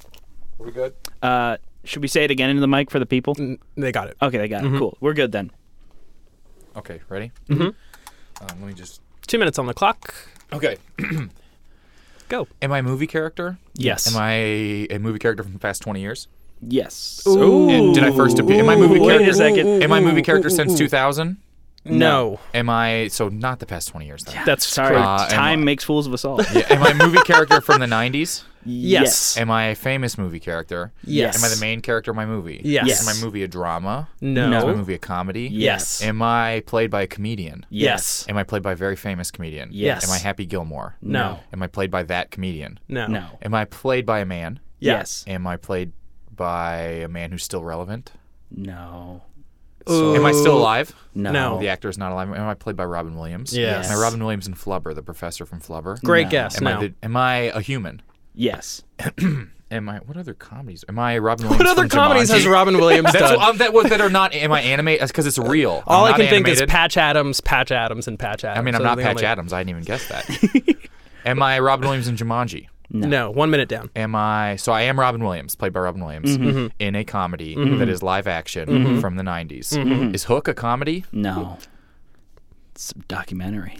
Are we good? Uh should we say it again into the mic for the people? they got it. Okay, they got it. Cool. We're good then. Okay, ready? Mm-hmm. Um, let me just. Two minutes on the clock. Okay. Go. Am I a movie character? Yes. Am I a movie character from the past 20 years? Yes. And did I first appear? Am I a movie Ooh. Wait a character? second. Am I a movie character since 2000? No, Am I so not the past 20 years then? that's Sorry, correct. Uh, am time I- makes fools of us all. Yeah, Am I a movie character from the 90s? Yes. Am I a famous movie character? Yes. Am I the main character of my movie? Yes. Is my movie a drama? No. Is my movie a comedy? Yes. Am I played by a comedian? Yes. Am I played by a very famous comedian? Yes. Am I Happy Gilmore? No. Am I played by that comedian? No. No. Am I played by a man? Yes. Am I played by a man who's still relevant? No. Am I still alive? No. No. The actor is not alive. Am I played by Robin Williams? Yes. Am I Robin Williams in Flubber, the professor from Flubber? Great No. guess. Am no. I the, am I a human? Yes. Am I what other comedies? Am I Robin Williams? What other from comedies Jumanji? has Robin Williams That's done? what, um, that was that are not. Am I animate? Because it's real. All I I'm not can think is animated. Patch Adams, Patch Adams, and Patch Adams. I mean, I'm Those are not the Patch only- Adams. I didn't even guess that. am I Robin Williams in Jumanji? No. one minute down. Am I? So I am Robin Williams, played by Robin Williams, Mm-hmm. in a comedy that is live action from the '90s. Mm-hmm. Is Hook a comedy? No. It's a documentary.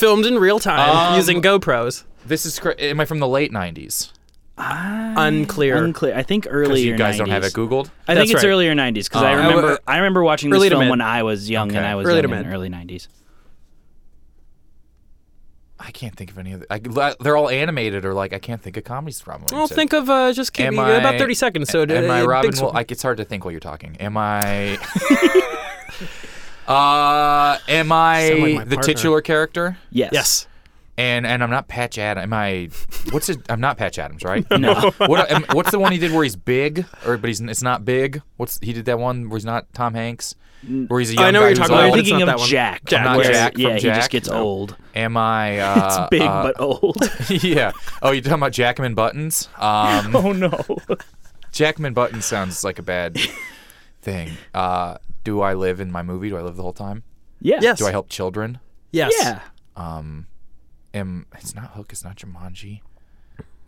Filmed in real Um, time using GoPros. This is. cra- Am I from the late '90s? Unclear. Unclear. I think Because earlier. you guys don't have 90s. it googled. I That's think it's right. earlier 90s because I Uh, remember uh, I remember watching this early to film mid. when I was young and Okay. I was Early to young in mid. early 90s. I can't think of any of. The, I, they're all animated, or like I can't think of comedies from. Well, think of uh, just keep Am you- about I- thirty seconds. So Am uh, I big Robin? sw- Will- like it's hard to think while you're talking. Am I? uh, am I Sound like my the partner. titular character? Yes. yes, And and I'm not Patch Adams. Am I? What's it? I'm not Patch Adams, right? No. What, am, what's the one he did where he's big, or but he's it's not big? What's he did that one where he's not Tom Hanks, where he's a young I know guy what you're who's talking about. I'm Well, it's old? Oh, thinking not of that one. Jack. Jack. Not where- Jack from yeah, he Jack? just gets No. old. Am I? Uh, Big uh, but old. yeah. Oh, you're talking about Jackman Buttons. Um, oh no. Jackman Button sounds like a bad thing. Uh, do I live in my movie? Do I live the whole time? Yeah. yes, Do I help children? yes. Yeah. Am it's not Hook, it's not Jumanji.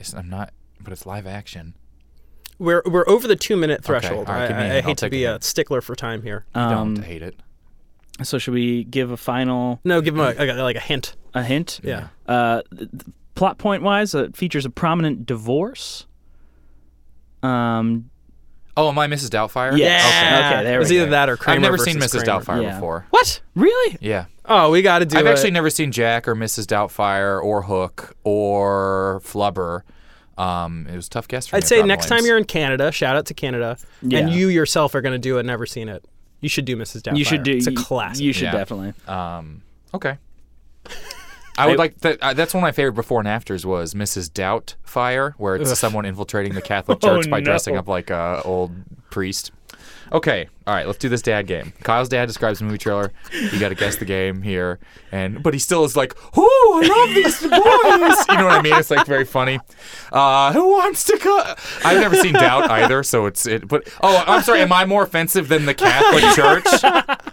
It's I'm not, but it's live action. We're we're over the two minute threshold. all right, give me I, I, a I minute. I'll hate to take be a a minute. stickler for time here. You Um, don't hate it. So should we give a final No, give him a, like a- like a hint. a hint? Yeah. Uh, th- th- plot point wise, it features a prominent divorce. Um. Oh, am I Mrs. Doubtfire? Yes. Okay. Okay, there it was we either go. that or Kramer I've never seen versus Mrs. Kramer. Doubtfire Yeah. before. What? Really? Yeah. Oh, we got to do. I've it. actually never seen Jack or Mrs. Doubtfire or Hook or Flubber. Um, it was a tough guess for me. I'd say Robin next time Williams. you're in Canada, shout out to Canada, Yeah. and you yourself are going to do a never seen it. You should do Mrs. Doubtfire. You should do. It's a you- classic. Ah! You should Yeah. definitely. Um, okay. I would like that. Uh, that's one of my favorite before and afters was Mrs. Doubtfire, where it's someone infiltrating the Catholic Church by dressing up like a old priest. Okay, all right, let's do this dad game. Kyle's dad describes the movie trailer. You got to guess the game here, and but he still is like, "Oh, I love these boys." You know what I mean? It's like very funny. Uh, who wants to cut? I've never seen Doubt either, so it's it. But oh, I'm sorry. Am I more offensive than the Catholic Church?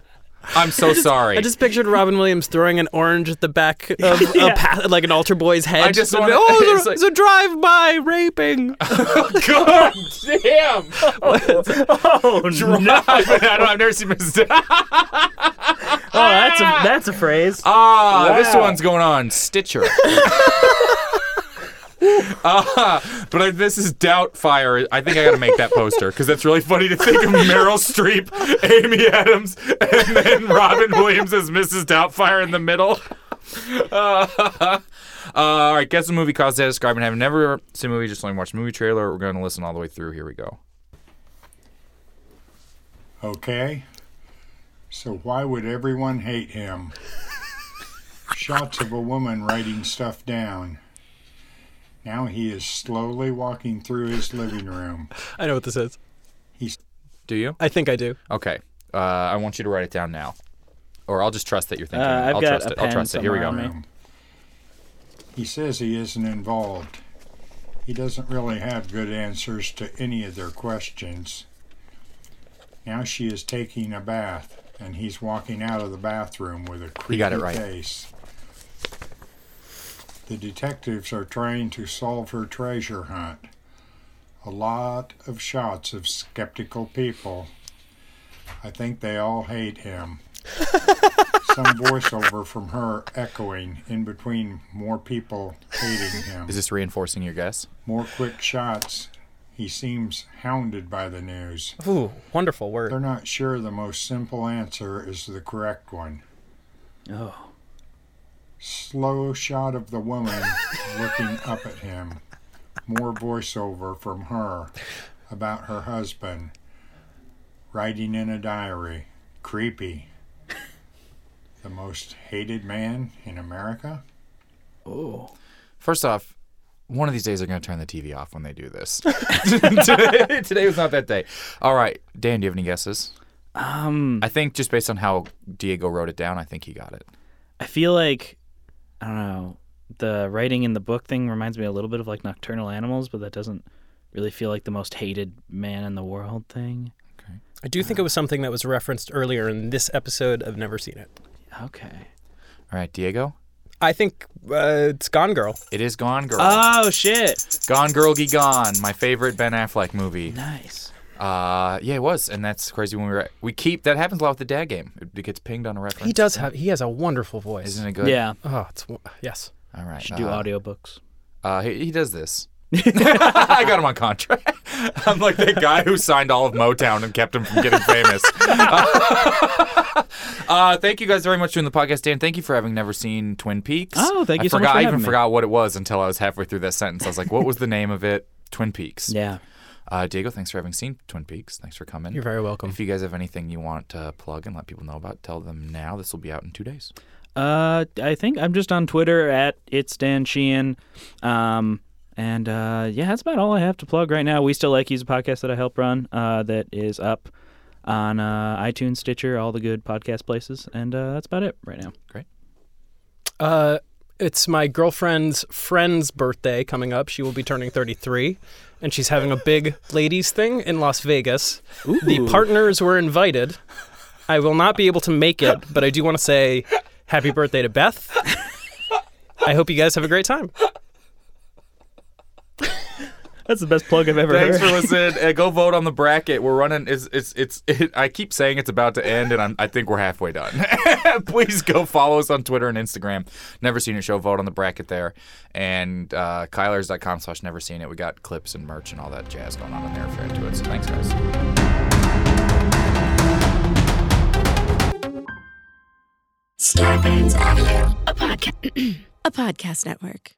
I'm so sorry. I just pictured Robin Williams throwing an orange at the back of a pa- like an altar boy's head. I just And, wanna- oh, it's it's, a, like- it's a drive-by raping. God damn! Oh no! I don't, I've never seen Mrs. Ah, Oh, that's a that's a phrase. Ah! Ah, this one's going on Stitcher. Ah, but I, this is Doubtfire. I think I got to make that poster because that's really funny to think of Meryl Streep, Amy Adams, and then Robin Williams as Mrs. Doubtfire in the middle. Uh, all right, guess the movie caused that describe and have never seen the movie, just only watched the movie trailer. We're going to listen all the way through. Here we go. Okay? So why would everyone hate him? Shots of a woman writing stuff down. Now he is slowly walking through his living room. I know what this is. Do you? I think I do. Okay. Uh, I want you to write it down now. Or I'll just trust that you're thinking. Uh, it. I've I'll got trust a it. I'll pen trust it. Here we go. somewhere on me. He says he isn't involved. He doesn't really have good answers to any of their questions. Now she is taking a bath, and he's walking out of the bathroom with a creepy got it right. face. The detectives are trying to solve her treasure hunt. A lot of shots of skeptical people. I think they all hate him some voiceover from her echoing in between more people hating him. Is this reinforcing your guess? More quick shots. He seems hounded by the news. Ooh, wonderful They're word. not sure the most simple answer is the correct one. Oh. Slow shot of the woman looking up at him. More voiceover from her about her husband. Writing in a diary. Creepy. The most hated man in America? First off, one of these days they're going to turn the TV off when they do this. today, today was not that day. All right, Dan, do you have any guesses? Um, I think just based on how Diego wrote it down, I think he got it. I feel like I don't know. The writing in the book thing reminds me a little bit of like Nocturnal Animals, but that doesn't really feel like the most hated man in the world thing. I do think it was something that was referenced earlier in this episode. I've never seen it. Okay. All right, Diego. I think uh, it's Gone Girl. It is Gone Girl. Oh shit! gone Girl Ge Gone, my favorite Ben Affleck movie. Nice. Uh, yeah, it was, and that's crazy. When we were we keep that happens a lot with the dad game. It, it gets pinged on a reference. He does have. He has a wonderful voice. isn't it good? Yeah. Oh, it's wo- yes. All right. Should do uh, audiobooks. Uh, he, he does this. I got him on contract. I'm like that guy who signed all of Motown and kept him from getting famous. uh, thank you guys very much for doing the podcast, Dan. Thank you for having never seen Twin Peaks. Oh, thank you I so much forgot, for I even having me. forgot what it was until I was halfway through that sentence. I was like, what was the name of it? Twin Peaks. Yeah. Uh, Diego, thanks for having seen Twin Peaks. Thanks for coming. You're very welcome. If you guys have anything you want to plug and let people know about, tell them now. This will be out in two days. Uh, I think I'm just on Twitter at it's Dan Sheehan. Um, and uh, yeah, that's about all I have to plug right now. We still like You's a podcast that I help run. Uh, that is up on uh, iTunes, Stitcher, all the good podcast places, and uh, that's about it right now. Uh, it's my girlfriend's friend's birthday coming up. She will be turning 33, and she's having a big ladies thing in Las Vegas. The partners were invited. I will not be able to make it, but I do want to say happy birthday to Beth. I hope you guys have a great time. That's the best plug I've ever Thanks heard. for listening. Uh, go vote on the bracket. We're running. It's it's it's. It, I keep saying it's about to end, and I'm, I think we're halfway done. Please go follow us on Twitter and Instagram. Never seen your show. Vote on the bracket there, and uh, kylers.com slash never seen it. We got clips and merch and all that jazz going on in there if you're into it. So thanks, guys. Scarpins Avenue. a podcast a podcast network.